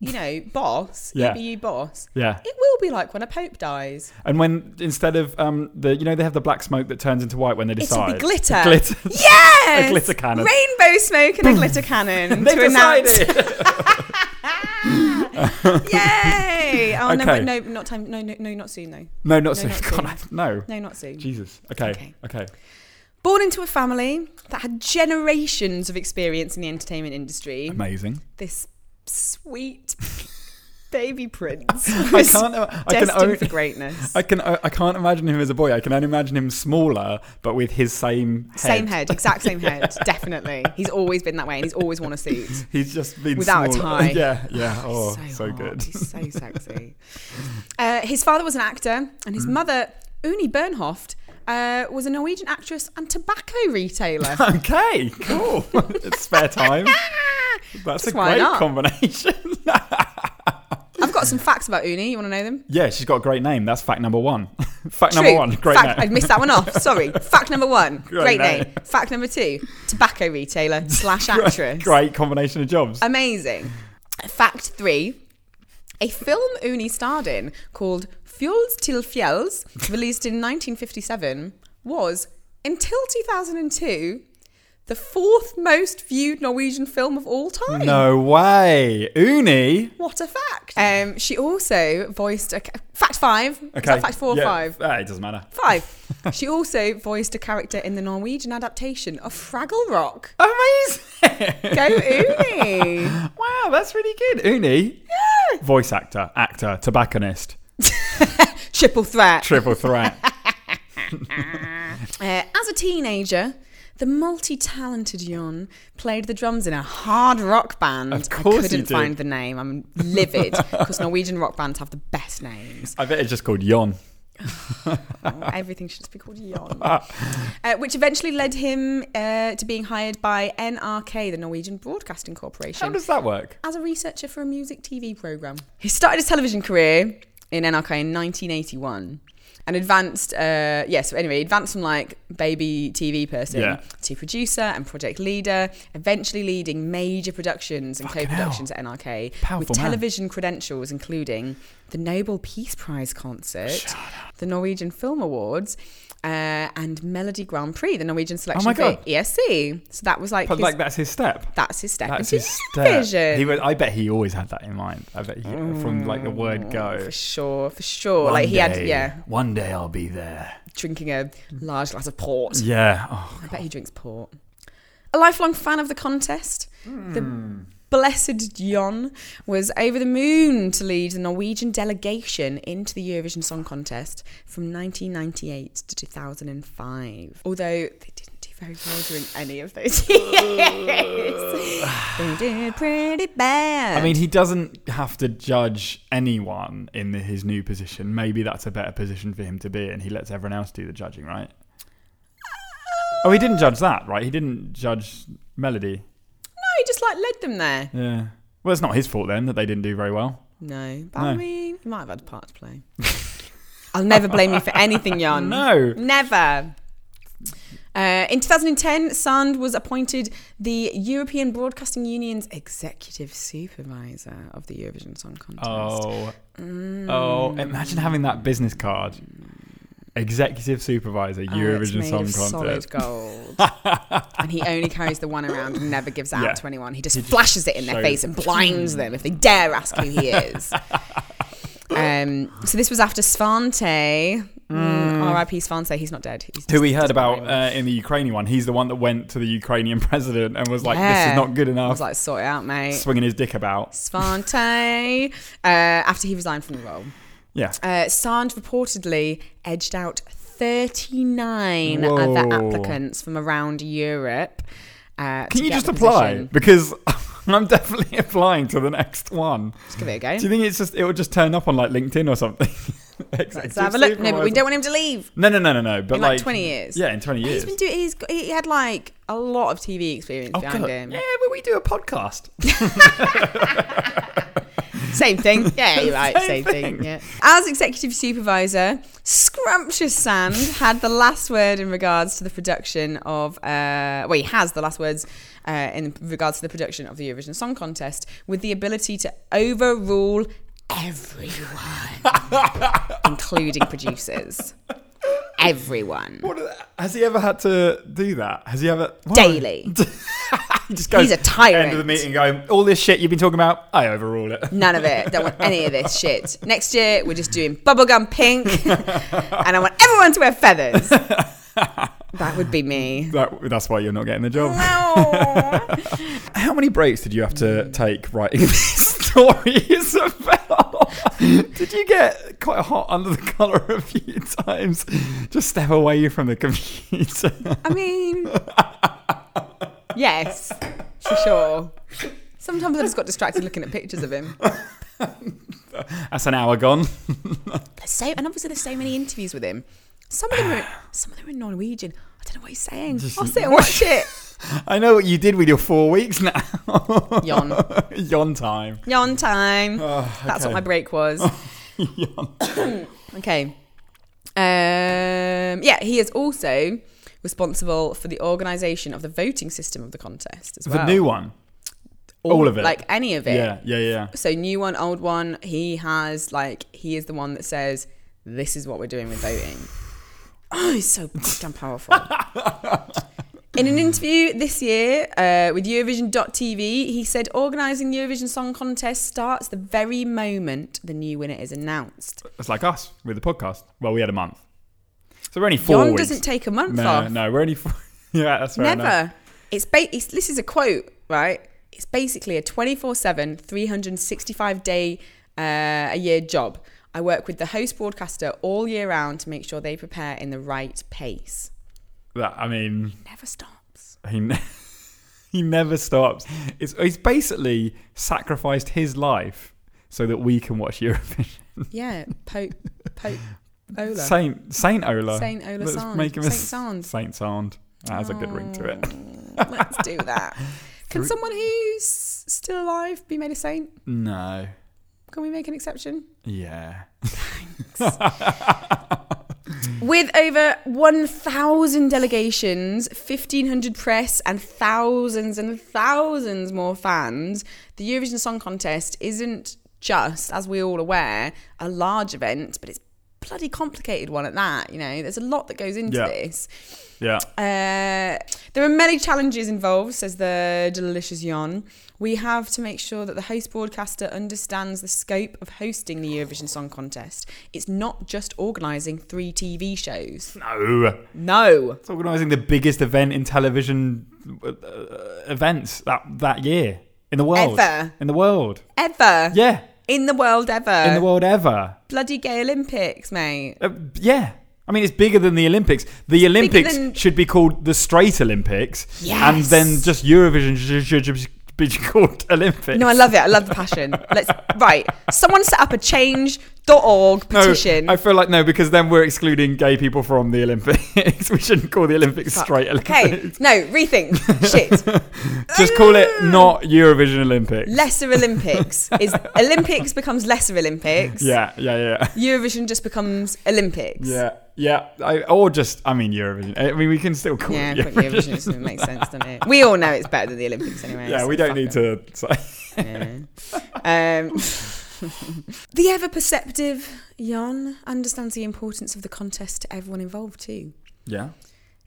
Speaker 2: you know, boss,
Speaker 1: Yeah.
Speaker 2: EBU boss,
Speaker 1: yeah.
Speaker 2: it will be like when a Pope dies.
Speaker 1: And when instead of um the you know they have the black smoke that turns into white when they
Speaker 2: It'll
Speaker 1: decide
Speaker 2: be glitter.
Speaker 1: glitter.
Speaker 2: Yes!
Speaker 1: A glitter cannon.
Speaker 2: Rainbow smoke and a glitter cannon
Speaker 1: they
Speaker 2: to announce.
Speaker 1: decided.
Speaker 2: Ah! Yay! Oh, no, but
Speaker 1: Okay.
Speaker 2: no, not time. No, no, no, not soon, though.
Speaker 1: no, not so.
Speaker 2: not
Speaker 1: God, I- no.
Speaker 2: No, not soon.
Speaker 1: Jesus. Okay.
Speaker 2: Okay.
Speaker 1: Okay.
Speaker 2: Born into a family that had generations of experience in the entertainment industry,
Speaker 1: Amazing.
Speaker 2: this sweet baby prince
Speaker 1: I
Speaker 2: was
Speaker 1: can't. I can
Speaker 2: destined
Speaker 1: only.
Speaker 2: for greatness.
Speaker 1: I can. I can't imagine him as a boy. I can only imagine him smaller, but with his same head.
Speaker 2: Same head, exact same head, definitely. He's always been that way, and he's always worn a suit.
Speaker 1: He's just been
Speaker 2: Without a
Speaker 1: smaller.
Speaker 2: tie.
Speaker 1: Yeah. Yeah. Oh, so,
Speaker 2: He's hot.
Speaker 1: good.
Speaker 2: He's so sexy. uh, his father was an actor, and
Speaker 1: Mm.
Speaker 2: his mother, Uni Bernhoft, uh, was a Norwegian actress and tobacco retailer. Ah!
Speaker 1: Okay. Cool. it's spare time. That's a
Speaker 2: Just why
Speaker 1: great
Speaker 2: not?
Speaker 1: combination.
Speaker 2: I've got some facts about Uni. You want to know them?
Speaker 1: yeah, she's got a great name. That's fact number one. fact number one. Great
Speaker 2: Fact,
Speaker 1: name.
Speaker 2: I'd missed that one off. Sorry. Fact number one. Great,
Speaker 1: Great
Speaker 2: name.
Speaker 1: name.
Speaker 2: Fact number two. Tobacco retailer slash actress.
Speaker 1: Great combination of jobs.
Speaker 2: Amazing. Fact three. A film Uni starred in called Fjols till Fjells, released in 1957, was, until 2002, the fourth most viewed Norwegian film of all time.
Speaker 1: No way. Uni.
Speaker 2: What a fact. Um, she also voiced a. ca- Fact five. Is that fact four or
Speaker 1: yeah.
Speaker 2: five?
Speaker 1: Ah, it doesn't matter.
Speaker 2: Five. she also voiced a character in the Norwegian adaptation of Fraggle Rock.
Speaker 1: Amazing.
Speaker 2: Go Uni!
Speaker 1: wow, that's really good. Uni. Yeah. Voice actor, actor, tobacconist,
Speaker 2: Triple threat.
Speaker 1: triple threat.
Speaker 2: Uh, as a teenager, the multi-talented Jon played the drums in a hard rock band.
Speaker 1: Of course
Speaker 2: I
Speaker 1: he
Speaker 2: couldn't
Speaker 1: did.
Speaker 2: find the name. I'm livid because Norwegian rock bands have the best names.
Speaker 1: I bet it's just called Yon.
Speaker 2: Oh, everything should just be called Jon. Uh, which eventually led him uh, to being hired by NRK, the Norwegian Broadcasting
Speaker 1: How
Speaker 2: Corporation.
Speaker 1: does that work?
Speaker 2: as a researcher for a music TV program. He started his television career in NRK in 1981 and advanced, uh, yeah, so anyway, advanced from like baby TV person
Speaker 1: Yeah.
Speaker 2: to producer and project leader, eventually leading major productions and co
Speaker 1: Fucking
Speaker 2: productions at NRK
Speaker 1: Powerful
Speaker 2: with
Speaker 1: man.
Speaker 2: television credentials, including the Nobel Peace Prize concert, the Norwegian Film Awards. Uh, and Melody Grand Prix, the Norwegian selection
Speaker 1: Oh my
Speaker 2: for
Speaker 1: God.
Speaker 2: ESC. So that was like,
Speaker 1: But
Speaker 2: his-
Speaker 1: like that's his step.
Speaker 2: that's his step
Speaker 1: That's
Speaker 2: into
Speaker 1: his
Speaker 2: television.
Speaker 1: step. He was, I bet he always had that in mind. I bet he, from like the word go.
Speaker 2: Mm, For sure, for sure.
Speaker 1: One
Speaker 2: like he had,
Speaker 1: day-
Speaker 2: yeah,
Speaker 1: One day I'll be there.
Speaker 2: drinking a large glass of port.
Speaker 1: Yeah. Oh,
Speaker 2: I bet he drinks port. A lifelong fan of the contest,
Speaker 1: Hmm.
Speaker 2: the blessed Jon was over the moon to lead the Norwegian delegation into the Eurovision Song Contest from 1998 to 2005. Although they didn't do very well during any of those years, they did pretty bad.
Speaker 1: I mean, he doesn't have to judge anyone in the, his new position. Maybe that's a better position for him to be in. He lets everyone else do the judging, right? Oh, he didn't judge that, right? He didn't judge Melody.
Speaker 2: no, Oh, he just like led them there.
Speaker 1: Yeah. Well, it's not his fault then that they didn't do very well.
Speaker 2: No, but
Speaker 1: No.
Speaker 2: I mean, you might have had a part to play. I'll never blame you for anything, Jan.
Speaker 1: No.
Speaker 2: Never. Uh, in 2010, Sand was appointed the European Broadcasting Union's executive supervisor of the Eurovision Song Contest.
Speaker 1: Oh. Oh, imagine having that business card. Executive
Speaker 2: Oh,
Speaker 1: supervisor,
Speaker 2: it's
Speaker 1: Eurovision
Speaker 2: made
Speaker 1: Song
Speaker 2: of Solid
Speaker 1: Contest.
Speaker 2: gold. and he only carries the one around and never gives it
Speaker 1: Yeah.
Speaker 2: out to anyone. He just
Speaker 1: He just
Speaker 2: flashes it in their
Speaker 1: shows-
Speaker 2: face and blinds them if they dare ask who he is. um, so this was after Svante. Mm, R.I.P. Svante. He's not dead. He's
Speaker 1: who we
Speaker 2: just-
Speaker 1: heard
Speaker 2: just
Speaker 1: about
Speaker 2: not
Speaker 1: uh, in the Ukrainian one. He's the one that went to the Ukrainian president and was like, "This
Speaker 2: Yeah.
Speaker 1: is not good
Speaker 2: I was
Speaker 1: enough,"
Speaker 2: like, sort it out, mate.
Speaker 1: swinging his dick about.
Speaker 2: Svante. uh, after he resigned from the role.
Speaker 1: Yeah,
Speaker 2: Uh, Sand reportedly edged out 39
Speaker 1: Whoa.
Speaker 2: other applicants from around Europe. Uh,
Speaker 1: can you just apply because I'm definitely applying to the next one.
Speaker 2: Let's give it a go.
Speaker 1: Do you think it's just it will just turn up on like LinkedIn or something?
Speaker 2: Let's
Speaker 1: Executive
Speaker 2: have a look. No, but we
Speaker 1: supervisor.
Speaker 2: don't want him to leave.
Speaker 1: No, no, no, no, no. But
Speaker 2: In, like, 20 years.
Speaker 1: Yeah, in twenty years.
Speaker 2: He's been doing. He's got, he had like a lot of TV experience
Speaker 1: Oh,
Speaker 2: behind
Speaker 1: God.
Speaker 2: him.
Speaker 1: Yeah, but we do a podcast.
Speaker 2: Same thing. Yeah, you're right. Same,
Speaker 1: Same
Speaker 2: thing.
Speaker 1: thing.
Speaker 2: Yeah. As executive supervisor, Scrumptious Sand had the last word in regards to the production of. Uh, well, he has the last words uh, in regards to the production of the Eurovision Song Contest, with the ability to overrule everyone, including producers. Everyone.
Speaker 1: What are the- has he ever had to do that? Has he ever why?
Speaker 2: Daily.
Speaker 1: he just goes
Speaker 2: He's a tyrant.
Speaker 1: End of the meeting, going all this shit you've been talking about. I overrule it.
Speaker 2: None of it. Don't want any of this shit. Next year, we're just doing bubblegum pink, and I want everyone to wear feathers. That would be me.
Speaker 1: That, that's why you're not getting the job.
Speaker 2: No.
Speaker 1: How many breaks did you have to take writing these stories about? did you get quite hot under the collar a few times? Just step away from the computer.
Speaker 2: I mean, yes, for sure. Sometimes I just got distracted looking at pictures of him.
Speaker 1: That's an hour gone.
Speaker 2: There's so, and obviously there's so many interviews with him. Some of them are, some of them are Norwegian. I don't know what he's saying. I'll sit and watch it.
Speaker 1: I know what you did with your four weeks now.
Speaker 2: Yawn.
Speaker 1: Yon time.
Speaker 2: Yawn time. That's what
Speaker 1: okay.
Speaker 2: my break was.
Speaker 1: Yawn.
Speaker 2: Okay. Um, yeah, he is also responsible for the organisation of the voting system of the contest as
Speaker 1: The
Speaker 2: well.
Speaker 1: new one. all of it.
Speaker 2: Like any of it.
Speaker 1: Yeah, yeah, yeah.
Speaker 2: So new one, old one. He has like he is the one that says this is what we're doing with voting. Oh, he's so damn powerful. In an interview this year uh, with Eurovision.tv, he said organising the Eurovision Song Contest starts the very moment the new winner is announced.
Speaker 1: It's like us with the podcast. Well, we had a month. So we're only four
Speaker 2: John
Speaker 1: weeks.
Speaker 2: doesn't take a month
Speaker 1: no,
Speaker 2: off.
Speaker 1: no, we're only four. yeah, that's fair enough.
Speaker 2: Never. It's, ba- it's this is a quote, right? It's basically a 24/7, 365 day uh, a year job. I work with the host broadcaster all year round to make sure they prepare in the right pace.
Speaker 1: That, I mean,
Speaker 2: Never stops.
Speaker 1: he, ne- he never stops. It's, he's basically sacrificed his life so that we can watch Eurovision.
Speaker 2: Yeah, Pope Pope Ola.
Speaker 1: Saint Saint Ola.
Speaker 2: Saint Ola
Speaker 1: Let's
Speaker 2: Sand.
Speaker 1: make him a
Speaker 2: Saint
Speaker 1: s-
Speaker 2: Sand.
Speaker 1: Saint Sound. That has a good ring to it.
Speaker 2: Oh, Let's do that. Can someone who's still alive be made a saint?
Speaker 1: No.
Speaker 2: Can we make an exception?
Speaker 1: Yeah.
Speaker 2: With over 1,000 delegations, 1,500 press, and thousands and thousands more fans, the Eurovision Song Contest isn't just, as we're all aware, a large event, but it's a bloody complicated one at that. You know, there's a lot that goes into
Speaker 1: Yeah.
Speaker 2: this.
Speaker 1: Yeah.
Speaker 2: Uh, there are many challenges involved, says the delicious Yon. We have to make sure that the host broadcaster understands the scope of hosting the Eurovision Song Contest. It's not just organising three TV shows.
Speaker 1: No.
Speaker 2: No.
Speaker 1: It's organising the biggest event in television uh, uh, events that that year in the world.
Speaker 2: Ever.
Speaker 1: In the world.
Speaker 2: Ever.
Speaker 1: Yeah.
Speaker 2: In the world ever.
Speaker 1: in the world ever.
Speaker 2: Bloody gay Olympics, mate.
Speaker 1: Uh, yeah. I mean, it's bigger than the Olympics. The Olympics
Speaker 2: than-
Speaker 1: should be called the Straight Olympics, and
Speaker 2: Yes.
Speaker 1: then just Eurovision should, should, should be called Olympics.
Speaker 2: No, I love it. I love the passion. Let's right. Someone set up a change.org
Speaker 1: No,
Speaker 2: petition.
Speaker 1: I feel like no, because then we're excluding gay people from the Olympics. we shouldn't call the Olympics
Speaker 2: Fuck.
Speaker 1: Straight Olympics.
Speaker 2: Okay. No, rethink. Shit.
Speaker 1: Just call it
Speaker 2: Oh.
Speaker 1: not Eurovision Olympics.
Speaker 2: Lesser Olympics is Olympics becomes lesser Olympics.
Speaker 1: yeah, yeah, yeah.
Speaker 2: Eurovision just becomes Olympics.
Speaker 1: Yeah, yeah. I, or just, I mean, Eurovision. I mean, we can still call
Speaker 2: Yeah,
Speaker 1: it
Speaker 2: I think Eurovision just doesn't make sense, doesn't it? We all know it's better than the Olympics anyway.
Speaker 1: Yeah,
Speaker 2: so
Speaker 1: we don't
Speaker 2: fuck
Speaker 1: need
Speaker 2: it.
Speaker 1: to. Say.
Speaker 2: Yeah. Um, the ever perceptive Jan understands the importance of the contest to everyone involved too.
Speaker 1: Yeah.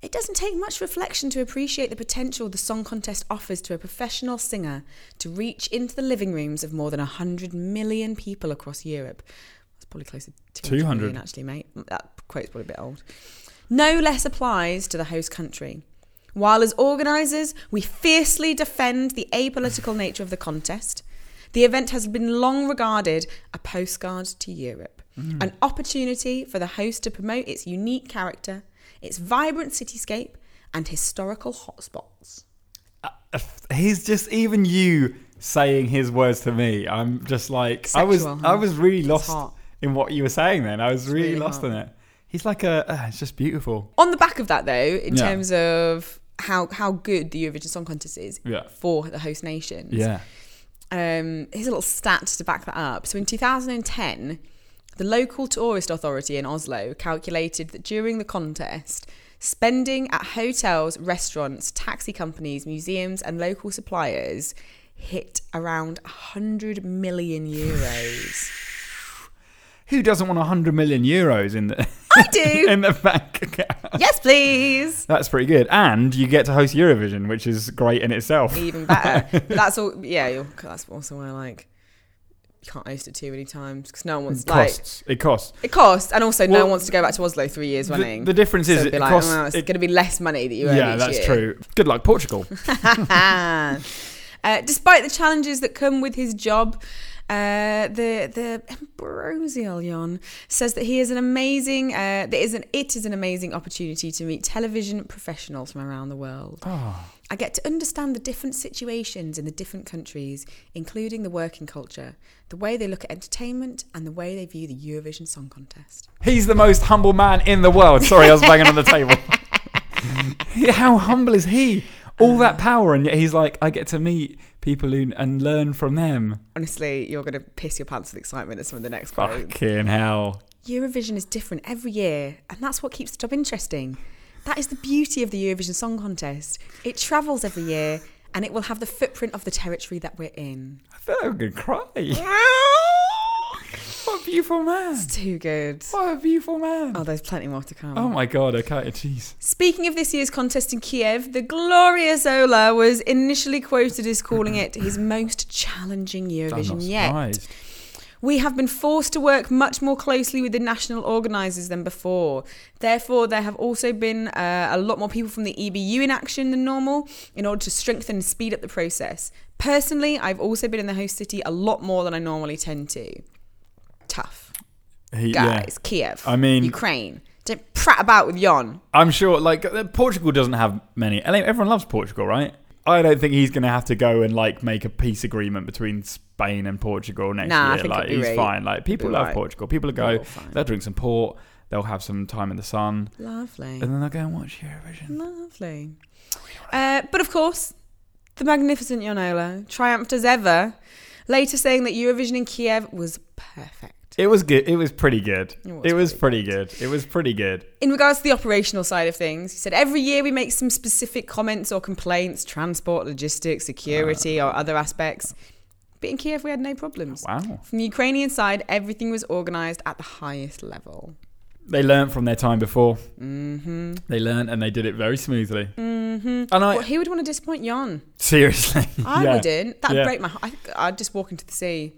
Speaker 2: It doesn't take much reflection to appreciate the potential the song contest offers to a professional singer to reach into the living rooms of more than 100 million people across Europe. That's probably closer to 200 million,
Speaker 1: 200.
Speaker 2: actually, mate. That quote's probably a bit old. No less applies to the host country. While as organisers, we fiercely defend the apolitical nature of the contest, the event has been long regarded a postcard to Europe,
Speaker 1: Mm.
Speaker 2: an opportunity for the host to promote its unique character, its vibrant cityscape, and historical hotspots.
Speaker 1: Uh, He's just even you saying his words to me. I'm just like I was.
Speaker 2: Sexual, huh?
Speaker 1: I was really
Speaker 2: It's
Speaker 1: lost
Speaker 2: hot.
Speaker 1: in what you were saying. Then I was really,
Speaker 2: really
Speaker 1: lost
Speaker 2: hot.
Speaker 1: in it. He's like a. Uh, it's just beautiful.
Speaker 2: On the back of that, though, in
Speaker 1: Yeah.
Speaker 2: terms of how how good the Eurovision Song Contest is
Speaker 1: Yeah.
Speaker 2: for the host nations,
Speaker 1: Yeah.
Speaker 2: um, here's a little stat to back that up. So in 2010, the local tourist authority in Oslo calculated that during the contest, spending at hotels, restaurants, taxi companies, museums, and local suppliers hit around 100 million euros.
Speaker 1: Who doesn't want hundred million euros in the
Speaker 2: I do!
Speaker 1: in the bank account?
Speaker 2: yes, please!
Speaker 1: That's pretty good. And you get to host Eurovision, which is great in itself.
Speaker 2: even better. But that's all. Yeah, you're, that's also why like you can't host it too many times because no one wants
Speaker 1: It
Speaker 2: like
Speaker 1: costs. It costs.
Speaker 2: it costs, and also no
Speaker 1: Well,
Speaker 2: one wants to go back to Oslo three years
Speaker 1: The,
Speaker 2: running.
Speaker 1: the difference
Speaker 2: so
Speaker 1: is
Speaker 2: it'd
Speaker 1: it
Speaker 2: be like,
Speaker 1: costs.
Speaker 2: "Oh, it's
Speaker 1: it-
Speaker 2: going to be less money that you earn.
Speaker 1: yeah,
Speaker 2: each
Speaker 1: that's
Speaker 2: year."
Speaker 1: true. Good luck, Portugal.
Speaker 2: uh, despite the challenges that come with his job, uh, the the Ambrosial Jan says that he is an amazing. Uh, that is an it is an amazing opportunity to meet television professionals from around the world.
Speaker 1: Oh.
Speaker 2: I get to understand the different situations in the different countries, including the working culture, the way they look at entertainment, and the way they view the Eurovision Song Contest.
Speaker 1: He's the most humble man in the world. Sorry, I was banging on the table. How humble is he? All that power, and yet he's like, I get to meet people who, and learn from them.
Speaker 2: Honestly, you're going to piss your pants with excitement at some of the next quotes.
Speaker 1: Fucking hell.
Speaker 2: Eurovision is different every year, and that's what keeps the job interesting. That is the beauty of the Eurovision Song Contest. It travels every year, and it will have the footprint of the territory that we're in.
Speaker 1: I thought I was going to cry. What a beautiful man.
Speaker 2: It's too good.
Speaker 1: What a beautiful man.
Speaker 2: Oh, there's plenty more to come.
Speaker 1: Oh my god, okay, jeez.
Speaker 2: Speaking of this year's contest in Kiev, the glorious Ola was initially quoted as calling it his most challenging
Speaker 1: I'm not
Speaker 2: Eurovision yet.
Speaker 1: surprised.
Speaker 2: We have been forced to work much more closely with the national organisers than before. Therefore, there have also been uh, a lot more people from the EBU in action than normal in order to strengthen and speed up the process. Personally, I've also been in the host city a lot more than I normally tend to. Tough.
Speaker 1: He- yeah.
Speaker 2: Guys, Kiev.
Speaker 1: I mean-
Speaker 2: Ukraine. Don't prat about with Yon.
Speaker 1: I'm sure, like uh, Portugal doesn't have many. I mean, Everyone loves Portugal, right? I don't think he's going to have to go and like make a peace agreement between Spain and Portugal next
Speaker 2: Nah, I
Speaker 1: year.
Speaker 2: think
Speaker 1: like
Speaker 2: it'll be
Speaker 1: he's
Speaker 2: right.
Speaker 1: fine. Like people
Speaker 2: Be
Speaker 1: love
Speaker 2: right.
Speaker 1: Portugal. People go.
Speaker 2: It'll be fine.
Speaker 1: They'll drink some port. They'll have some time in the sun,
Speaker 2: Lovely.
Speaker 1: and then they'll go and watch Eurovision.
Speaker 2: Lovely. Uh, but of course, the magnificent Yonola triumphed as ever, later saying that Eurovision in Kiev was perfect.
Speaker 1: It was good. It was pretty good.
Speaker 2: It
Speaker 1: It
Speaker 2: was
Speaker 1: was,
Speaker 2: pretty
Speaker 1: pretty good. It was pretty good.
Speaker 2: In regards to the operational side of things, he said every year we make some specific comments or complaints transport, logistics, security, or other aspects. But in Kiev, we had no problems.
Speaker 1: Wow.
Speaker 2: From the Ukrainian side, everything was organised at the highest level.
Speaker 1: They learned from their time before.
Speaker 2: Mm-hmm.
Speaker 1: They learned and they did it very smoothly.
Speaker 2: Mm-hmm.
Speaker 1: And I
Speaker 2: Well, who would want to disappoint Jan?
Speaker 1: seriously,
Speaker 2: I
Speaker 1: yeah.
Speaker 2: wouldn't. That'd
Speaker 1: Yeah.
Speaker 2: break my heart. I'd just walk into the sea.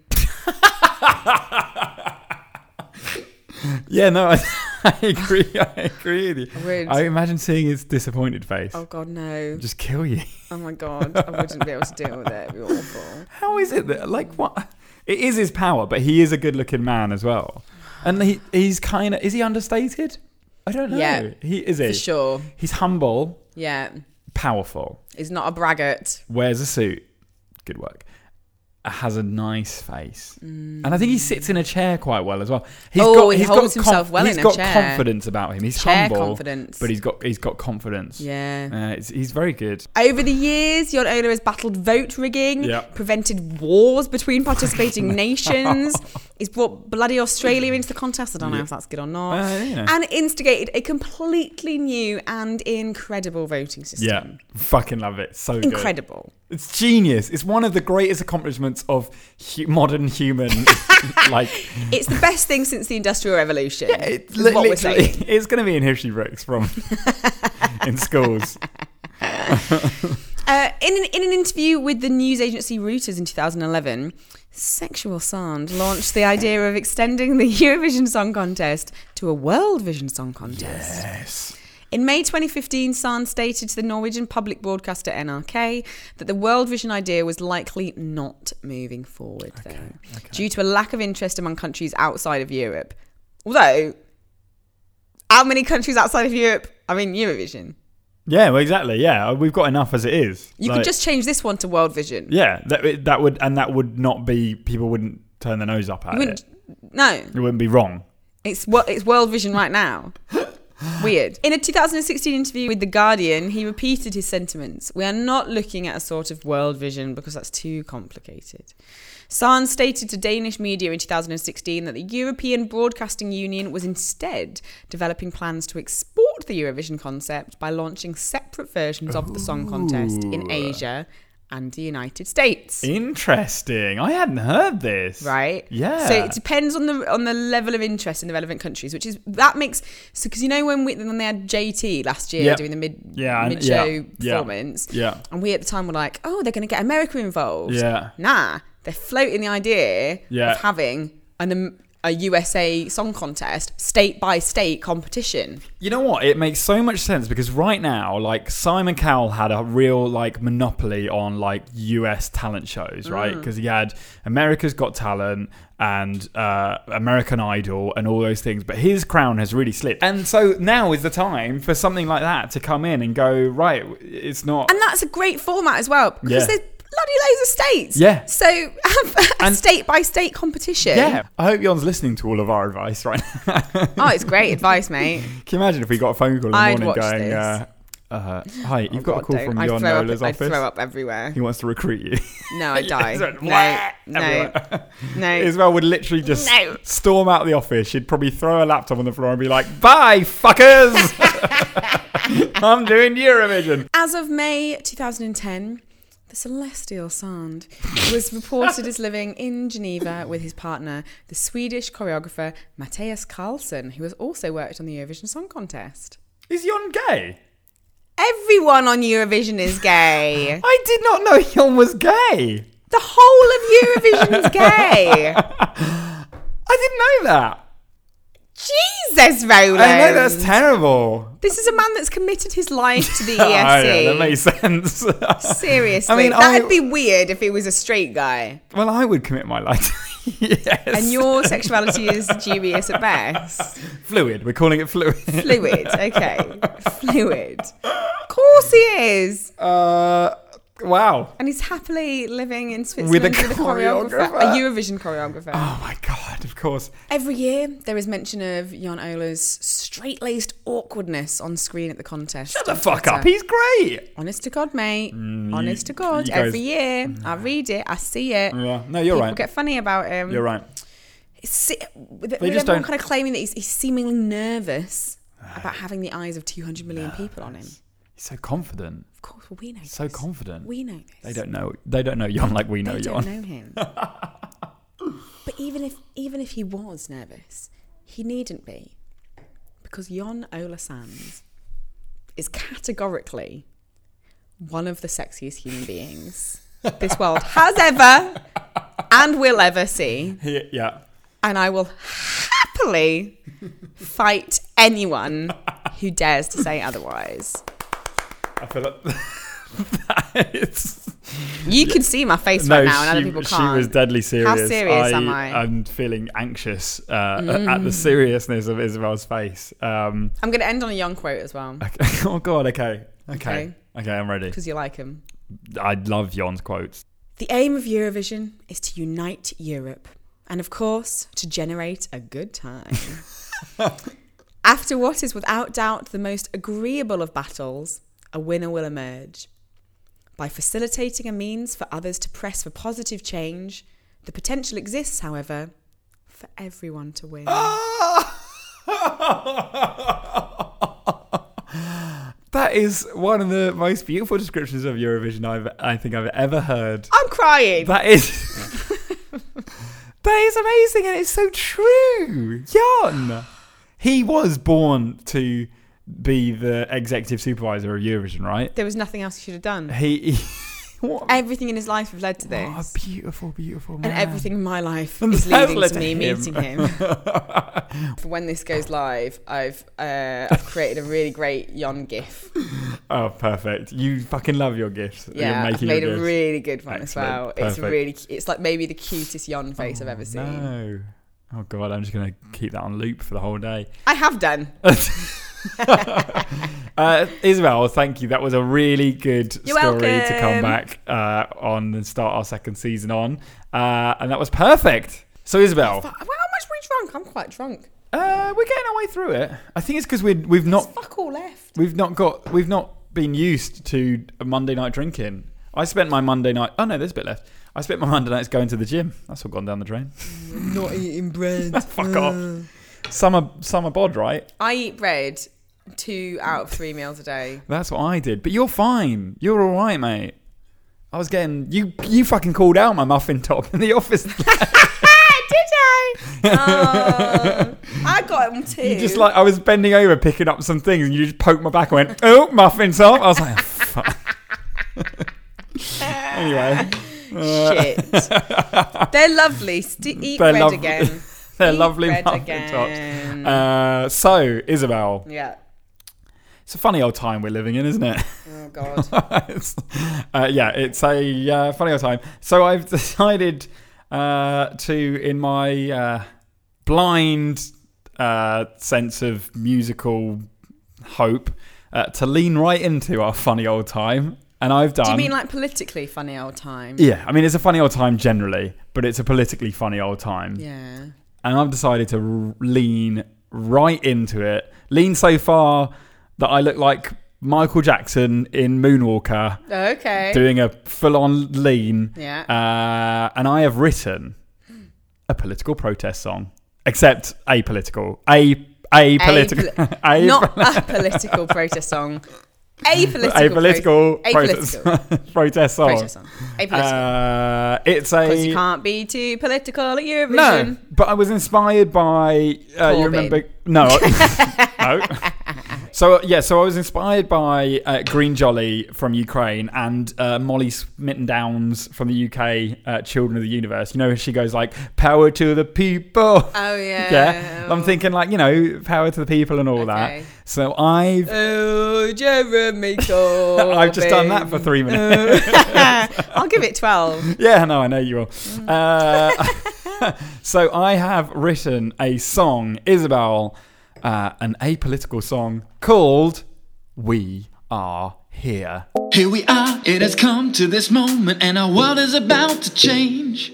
Speaker 1: Yeah, no, I, I agree. I agree with you.
Speaker 2: I would.
Speaker 1: I imagine seeing his disappointed face.
Speaker 2: Oh God, no!
Speaker 1: Just kill you.
Speaker 2: Oh my God, I wouldn't be able to deal with it. It'd be awful.
Speaker 1: How is it that like what? It is his power, but he is a good-looking man as well, and he he's kind of is he understated? I don't know.
Speaker 2: Yeah,
Speaker 1: he is
Speaker 2: For
Speaker 1: he.
Speaker 2: sure.
Speaker 1: He's humble,
Speaker 2: Yeah,
Speaker 1: powerful,
Speaker 2: he's not a braggart.
Speaker 1: wears a suit. Good work. Has a nice face, and I think he sits in a chair quite well as well. He's
Speaker 2: Mm. Oh, he holds himself well
Speaker 1: He's
Speaker 2: in a
Speaker 1: got
Speaker 2: chair.
Speaker 1: confidence about him. He's
Speaker 2: Chair
Speaker 1: humble,
Speaker 2: confidence.
Speaker 1: but he's got he's got confidence.
Speaker 2: yeah.
Speaker 1: Uh, it's, he's very good.
Speaker 2: Over the years, Yon Ola has battled vote rigging,
Speaker 1: Yeah.
Speaker 2: prevented wars between participating nations. He's brought bloody Australia into the contest. I don't know
Speaker 1: Yeah.
Speaker 2: if that's good or not.
Speaker 1: Uh, you know.
Speaker 2: Oh. and instigated a completely new and incredible voting
Speaker 1: Yeah,
Speaker 2: system.
Speaker 1: fucking love it. So good.
Speaker 2: Incredible.
Speaker 1: It's genius. It's one of the greatest accomplishments of hu- modern human. like,
Speaker 2: It's the best thing since the Industrial Revolution. Yeah,
Speaker 1: it's li- literally, it's going to be in history books from in schools.
Speaker 2: Uh, in, an, in an interview with the news agency Reuters in 2011, Sexual Sound launched the idea of extending the Eurovision Song Contest to a World Vision Song Contest.
Speaker 1: Yes.
Speaker 2: In May 2015, Sand stated to the Norwegian public broadcaster NRK that the World Vision idea was likely not moving forward, though,
Speaker 1: okay.
Speaker 2: due to a lack of interest among countries outside of Europe. Although, how many countries outside of Europe are in Eurovision?
Speaker 1: Yeah, well, exactly. Yeah, uh, we've got enough as it is.
Speaker 2: You
Speaker 1: Like,
Speaker 2: could just change this one to World Vision.
Speaker 1: yeah that that would and that would not be people wouldn't turn their nose up at
Speaker 2: You wouldn't,
Speaker 1: it.
Speaker 2: no,
Speaker 1: It wouldn't be wrong.
Speaker 2: It's wo- it's World Vision right now. Weird. In a 2016 interview with The Guardian, he repeated his sentiments. We are not looking at a sort of world vision because that's too complicated. Sahn stated to Danish media in 2016 that the European Broadcasting Union was instead developing plans to export the Eurovision concept by launching separate versions of the song contest in
Speaker 1: Ooh.
Speaker 2: Asia and the United States
Speaker 1: Interesting. I hadn't heard this.
Speaker 2: right?
Speaker 1: Yeah.
Speaker 2: So it depends on the on the level of interest in the relevant countries, which is that makes so because you know when we when they had JT last year
Speaker 1: Yep.
Speaker 2: doing the mid
Speaker 1: Yeah, and-
Speaker 2: mid show
Speaker 1: yeah, yeah.
Speaker 2: performance,
Speaker 1: Yeah.
Speaker 2: and we at the time were like, oh, they're going to get America involved.
Speaker 1: Yeah.
Speaker 2: Nah, they're floating the idea
Speaker 1: Yeah.
Speaker 2: of having an um, a USA song contest, state by state competition.
Speaker 1: You know what? It makes so much sense because right now, like Simon Cowell had a real like monopoly on like US talent shows, right?
Speaker 2: Mm.
Speaker 1: Because he had America's Got Talent and uh, American Idol and all those things, but his crown has really slipped. And so now is the time for something like that to come in and go right. It's not.
Speaker 2: And that's a great format as well because
Speaker 1: Yeah.
Speaker 2: there's bloody loads of states.
Speaker 1: Yeah.
Speaker 2: So have a
Speaker 1: And-
Speaker 2: state by state competition.
Speaker 1: yeah, I hope Yon's listening to all of our advice right now.
Speaker 2: Oh, it's great advice, mate.
Speaker 1: Can you imagine if we got a phone call in the
Speaker 2: I'd
Speaker 1: morning
Speaker 2: watch
Speaker 1: going,
Speaker 2: this.
Speaker 1: Uh, uh, "Hi, you've got a
Speaker 2: God,
Speaker 1: call
Speaker 2: don't.
Speaker 1: from
Speaker 2: I'd
Speaker 1: Yon
Speaker 2: throw up-
Speaker 1: Nola's
Speaker 2: I'd
Speaker 1: office.
Speaker 2: throw up everywhere.
Speaker 1: He wants to recruit you."
Speaker 2: No, I'd die.
Speaker 1: It's like,
Speaker 2: no, no,
Speaker 1: everywhere.
Speaker 2: no.
Speaker 1: Isabel would literally just
Speaker 2: No.
Speaker 1: storm out of the office. She'd probably throw her laptop on the floor and be like, "Bye, fuckers! I'm doing Eurovision."
Speaker 2: As of May 2010, the celestial sound was reported as living in Geneva with his partner, the Swedish choreographer Matthias Carlsson, who has also worked on the Eurovision Song Contest.
Speaker 1: Is Yon gay?
Speaker 2: Everyone on Eurovision is gay.
Speaker 1: I did not know Yon was gay.
Speaker 2: the whole of Eurovision is gay.
Speaker 1: I didn't know that.
Speaker 2: Jesus, Roland.
Speaker 1: I know that's terrible.
Speaker 2: this is a man that's committed his life to the E ESC.
Speaker 1: Oh, yeah, that makes sense.
Speaker 2: Seriously,
Speaker 1: I mean,
Speaker 2: that'd
Speaker 1: I-
Speaker 2: be weird if he was a straight guy,
Speaker 1: well, I would commit my life. to- yes.
Speaker 2: and your sexuality is dubious at best.
Speaker 1: fluid. We're calling it fluid.
Speaker 2: Fluid, okay, fluid. Of course he is,
Speaker 1: uh, wow.
Speaker 2: and he's happily living in Switzerland
Speaker 1: With
Speaker 2: with
Speaker 1: a
Speaker 2: a, choreographer,
Speaker 1: choreographer.
Speaker 2: a Eurovision choreographer.
Speaker 1: Oh my god. Of course.
Speaker 2: Every year, there is mention of Jan Ola's straight-laced awkwardness on screen at the contest.
Speaker 1: Shut the
Speaker 2: on
Speaker 1: fuck
Speaker 2: Twitter.
Speaker 1: up. He's great.
Speaker 2: Honest to God, mate. Honest to
Speaker 1: you-
Speaker 2: God.
Speaker 1: you
Speaker 2: Every year, I read it, I see it.
Speaker 1: Yeah. No, you're
Speaker 2: People
Speaker 1: right.
Speaker 2: get funny about him.
Speaker 1: You're right.
Speaker 2: si- with, with
Speaker 1: just
Speaker 2: everyone
Speaker 1: don't-
Speaker 2: kind of claiming that he's, he's seemingly nervous about having the eyes of 200 million people on him.
Speaker 1: He's so confident.
Speaker 2: Of course, well, we know.
Speaker 1: So
Speaker 2: this.
Speaker 1: confident.
Speaker 2: We know this.
Speaker 1: they don't know. They don't know Yon like we know
Speaker 2: They
Speaker 1: Yon.
Speaker 2: don't know him. but even if even if he was nervous, he needn't be, because Jon Ola Sands is categorically one of the sexiest human beings this world has ever and will ever see.
Speaker 1: Yeah, yeah.
Speaker 2: and I will happily fight anyone who dares to say otherwise.
Speaker 1: I feel like that is.
Speaker 2: You can see my face right now, and other people
Speaker 1: she
Speaker 2: can't.
Speaker 1: was deadly serious.
Speaker 2: serious am I? Mm.
Speaker 1: I'm feeling anxious uh, at the seriousness of Isabel's face. Um,
Speaker 2: I'm going to end on a young quote as well
Speaker 1: okay. Oh God. Okay. Okay.
Speaker 2: Okay.
Speaker 1: Okay. I'm ready.
Speaker 2: because you like him.
Speaker 1: I love Yon's quotes.
Speaker 2: The aim of Eurovision is to unite Europe, and of course, to generate a good time. After what is without doubt the most agreeable of battles, a winner will emerge. By facilitating a means for others to press for positive change, the potential exists, however, for everyone to win.
Speaker 1: That is one of the most beautiful descriptions of Eurovision I've I think I've ever heard.
Speaker 2: I'm crying.
Speaker 1: That is. that is amazing, and it's so true. Jan, he was born to be the executive supervisor of Eurovision, right?
Speaker 2: There was nothing else he should have done.
Speaker 1: He, he- what,
Speaker 2: Everything in his life have led to this.
Speaker 1: what a beautiful, beautiful man.
Speaker 2: and everything in my life
Speaker 1: And
Speaker 2: is
Speaker 1: that's
Speaker 2: leading
Speaker 1: led
Speaker 2: to
Speaker 1: to
Speaker 2: me
Speaker 1: him.
Speaker 2: meeting him. For when this goes live, I've uh, I've created a really great yon gif.
Speaker 1: Oh, perfect. You fucking love your gifts.
Speaker 2: Yeah,
Speaker 1: You're
Speaker 2: I've
Speaker 1: making
Speaker 2: made
Speaker 1: your
Speaker 2: a
Speaker 1: gifts.
Speaker 2: really good one as
Speaker 1: Excellent.
Speaker 2: well. It's
Speaker 1: Perfect. Oh,
Speaker 2: really, cu- it's like maybe the cutest yon face I've ever seen.
Speaker 1: No. Oh god, I'm just gonna keep that on loop for the whole day.
Speaker 2: I have done.
Speaker 1: Uh, Isabel, thank you. That was a really good
Speaker 2: You're
Speaker 1: story to
Speaker 2: welcome.
Speaker 1: come back uh, on and start our second season on, uh, and that was perfect. So, Isabel,
Speaker 2: Well, how much were you drunk? I'm quite drunk.
Speaker 1: uh, we're getting our way through it. I think it's because we we've not
Speaker 2: Fuck all left.
Speaker 1: we've not got we've not been used to a Monday night drinking. I spent my Monday night. Oh no, there's a bit left. I spent my Monday nights going to the gym. That's all gone down the drain.
Speaker 2: Not eating bread.
Speaker 1: Fuck off. Summer summer bod, right?
Speaker 2: I eat bread two out of three meals a day.
Speaker 1: That's what I did. But you're fine. You're all right, mate. I was getting you. You fucking called out my muffin top in the office.
Speaker 2: Did I? Oh, I got them too.
Speaker 1: you just like I was bending over picking up some things, and you just poked my back and went, "Oh, muffin top." I was like, oh, "Fuck." anyway,
Speaker 2: Ah, shit. They're lovely. St- eat
Speaker 1: They're
Speaker 2: bread
Speaker 1: lov-
Speaker 2: again.
Speaker 1: they're
Speaker 2: Eat
Speaker 1: lovely
Speaker 2: bread
Speaker 1: muffin
Speaker 2: again.
Speaker 1: tops. Uh, so, Isabel,
Speaker 2: yeah.
Speaker 1: it's a funny old time we're living in, isn't it?
Speaker 2: Oh god.
Speaker 1: It's- uh, yeah, it's a uh, funny old time. So I've decided uh, to, in my uh, blind uh, sense of musical hope, uh, to lean right into our funny old time. And I've done.
Speaker 2: Do you mean like politically funny old time?
Speaker 1: yeah, I mean, it's a funny old time generally, but it's a politically funny old time.
Speaker 2: Yeah.
Speaker 1: And I've decided to r- lean right into it. Lean so far that I look like Michael Jackson in Moonwalker
Speaker 2: Okay.
Speaker 1: doing a full on lean.
Speaker 2: yeah.
Speaker 1: Uh, and I have written a political protest song, except apolitical. A apolitical. A
Speaker 2: Not a political protest song. A political.
Speaker 1: apolitical
Speaker 2: pro-
Speaker 1: protest, protest song.
Speaker 2: protest song. A political.
Speaker 1: Uh, it's
Speaker 2: Because you
Speaker 1: a
Speaker 2: can't be too political at Eurovision.
Speaker 1: no, but I was inspired by uh, you
Speaker 2: Corbyn.
Speaker 1: remember no no. So uh, yeah, so I was inspired by uh, Green Jolly from Ukraine and uh, Molly Smitten Downs from the UK, uh, Children of the Universe. You know, she goes like, "Power to the people."
Speaker 2: Oh yeah.
Speaker 1: yeah, I'm thinking like you know, power to the people and all
Speaker 2: Oh. Okay.
Speaker 1: that. So I've
Speaker 2: Oh, Jeremy Corbyn.
Speaker 1: I've just done that for three minutes.
Speaker 2: I'll give it 12.
Speaker 1: Yeah, no, I know you will. Uh, so I have written a song, Isabel, uh, an apolitical song called "We Are Here."
Speaker 3: Here we are, it has come to this moment, and our world is about to change.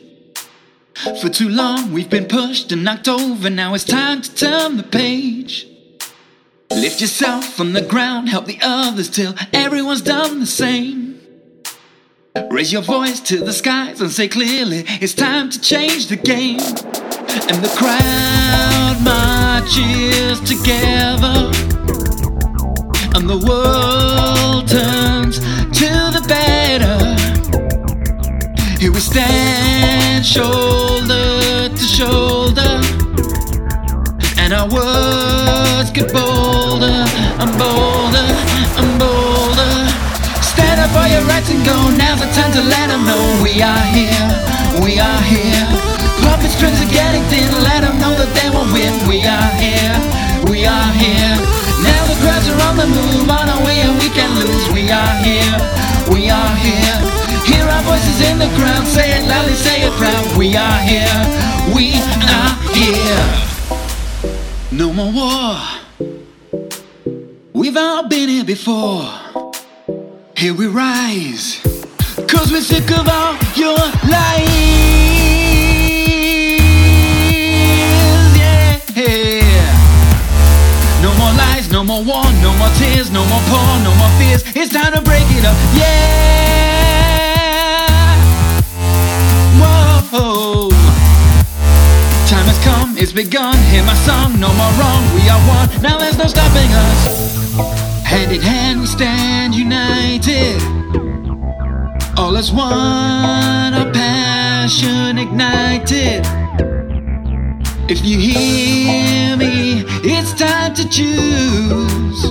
Speaker 3: For too long, we've been pushed and knocked over, now it's time to turn the page. Lift yourself from the ground, help the others till everyone's done the same. Raise your voice to the skies and say clearly, it's time to change the game. And the crowd marches together and the world turns to the better. Here we stand, shoulder to shoulder, and our words get bolder and bolder and bolder. Stand up for your rights and go. Now's the time to let 'em know we are here, we are here. Puppet strings are getting thin. Let 'em know that they will win. We are here, we are here. Now the crowds are on the move, on our way and we can lose. We are here, we are here. Hear our voices in the crowd, say it loudly, say it proud. We are here, we are here. No more war. We've all been here before. Here we rise. Cause we're sick of all your lies. Yeah. No more lies, no more war, no more tears, no more porn, no more fears. It's time to break it up, yeah. Whoa. Time has come, it's begun. Hear my song, no more wrong. We are one, now there's no stopping us. Hand in hand, we stand united. All as one, our passion ignited. If you hear me, it's time to choose.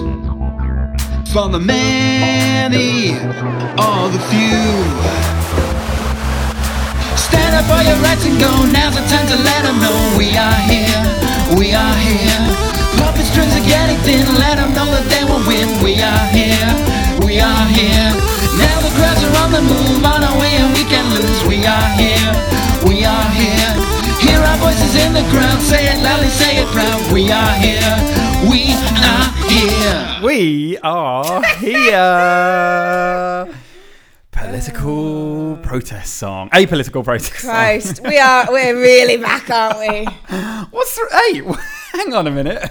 Speaker 3: for the many or the few. Stand up for your rights and go. Now's the time to let 'em know we are here. We are here. Puppet strings are getting thin. Let 'em know that they will win. We are here. We are here. Now the crowds are on the move. On our way and we can lose. We are here. We are here. Hear our voices in the crowd. Say it loudly. Say it proud. We are here. We are here.
Speaker 4: We are here. Political protest song. Apolitical protest song.
Speaker 2: Christ, we are we're really back, aren't we?
Speaker 1: What's the, hey? Hang on a minute.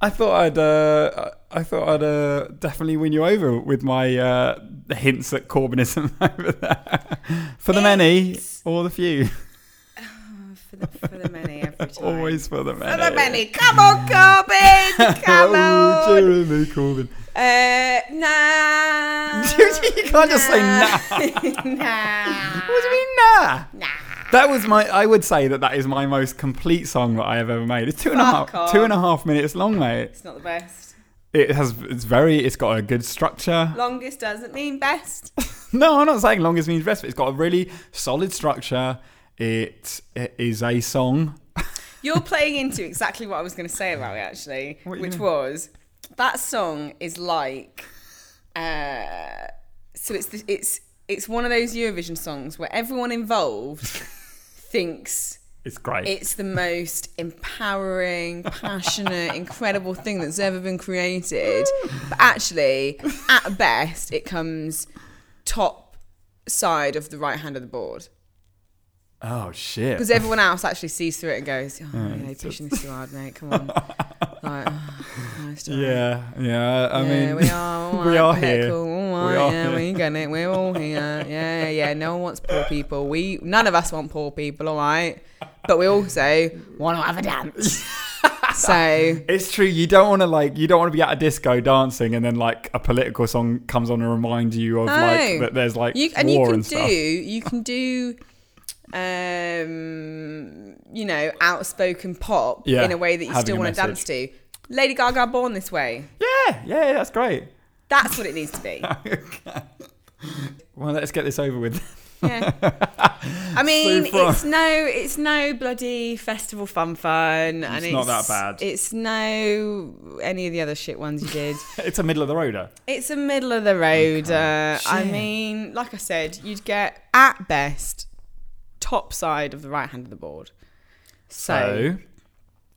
Speaker 1: I thought I'd uh, I thought I'd uh, definitely win you over with my uh, hints at Corbynism over there. For the many or the few,
Speaker 2: For the, for the many every time.
Speaker 1: always for the many.
Speaker 2: For the many. Come on, Corbyn. Come
Speaker 1: oh,
Speaker 2: on.
Speaker 1: Jeremy Corbyn.
Speaker 2: Uh, nah.
Speaker 1: you can't just say nah.
Speaker 2: nah.
Speaker 1: What do you mean nah? Nah. That was my. I would say that that is my most complete song that I have ever made. It's two and a half,
Speaker 2: Fuck off.
Speaker 1: two and a half minutes long, mate.
Speaker 2: It's not the best.
Speaker 1: It has. It's very. It's got a good structure.
Speaker 2: Longest doesn't mean best.
Speaker 1: No, I'm not saying longest means best, but it's got a really solid structure. It, it is a song.
Speaker 2: You're playing into exactly what I was going to say about it, actually,
Speaker 1: What you
Speaker 2: which
Speaker 1: mean?
Speaker 2: was that song is like, uh, so it's the, it's it's one of those Eurovision songs where everyone involved thinks
Speaker 1: It's great.
Speaker 2: it's the most empowering, passionate, incredible thing that's ever been created. But actually, at best, it comes top side of the right hand of the board.
Speaker 1: oh shit!
Speaker 2: Because everyone else actually sees through it and goes, oh, yeah, you're pushing this too hard, mate. Come on. like, oh, nice job.
Speaker 1: yeah, yeah. I
Speaker 2: Yeah,
Speaker 1: mean,
Speaker 2: we are, all
Speaker 1: we
Speaker 2: right,
Speaker 1: are
Speaker 2: political,
Speaker 1: here.
Speaker 2: all
Speaker 1: We
Speaker 2: right,
Speaker 1: are
Speaker 2: yeah,
Speaker 1: here.
Speaker 2: we get it. We're all here. Yeah, yeah. No one wants poor people. We none of us want poor people. All right, but we also want to have a dance. so
Speaker 1: It's true. You don't want to like. You don't want to be at a disco dancing, and then like a political song comes on and reminds you of like
Speaker 2: No.
Speaker 1: that. There's like
Speaker 2: you
Speaker 1: war
Speaker 2: and you can
Speaker 1: and
Speaker 2: do
Speaker 1: stuff.
Speaker 2: you can do um you know outspoken pop
Speaker 1: Yeah,
Speaker 2: in a way that you
Speaker 1: having
Speaker 2: still
Speaker 1: a
Speaker 2: want to dance to lady gaga born this way
Speaker 1: Yeah, yeah, that's great.
Speaker 2: that's what it needs to be
Speaker 1: Well, let's get this over with.
Speaker 2: yeah i mean
Speaker 1: So far.
Speaker 2: it's no it's no bloody festival fun fun and
Speaker 1: It's not that bad.
Speaker 2: it's no any of the other shit ones you did
Speaker 1: it's a middle of the roader.
Speaker 2: It's a middle of the road. Uh, I
Speaker 1: Shit.
Speaker 2: mean, like I said, you'd get at best top side of the right hand of the board. So,
Speaker 1: So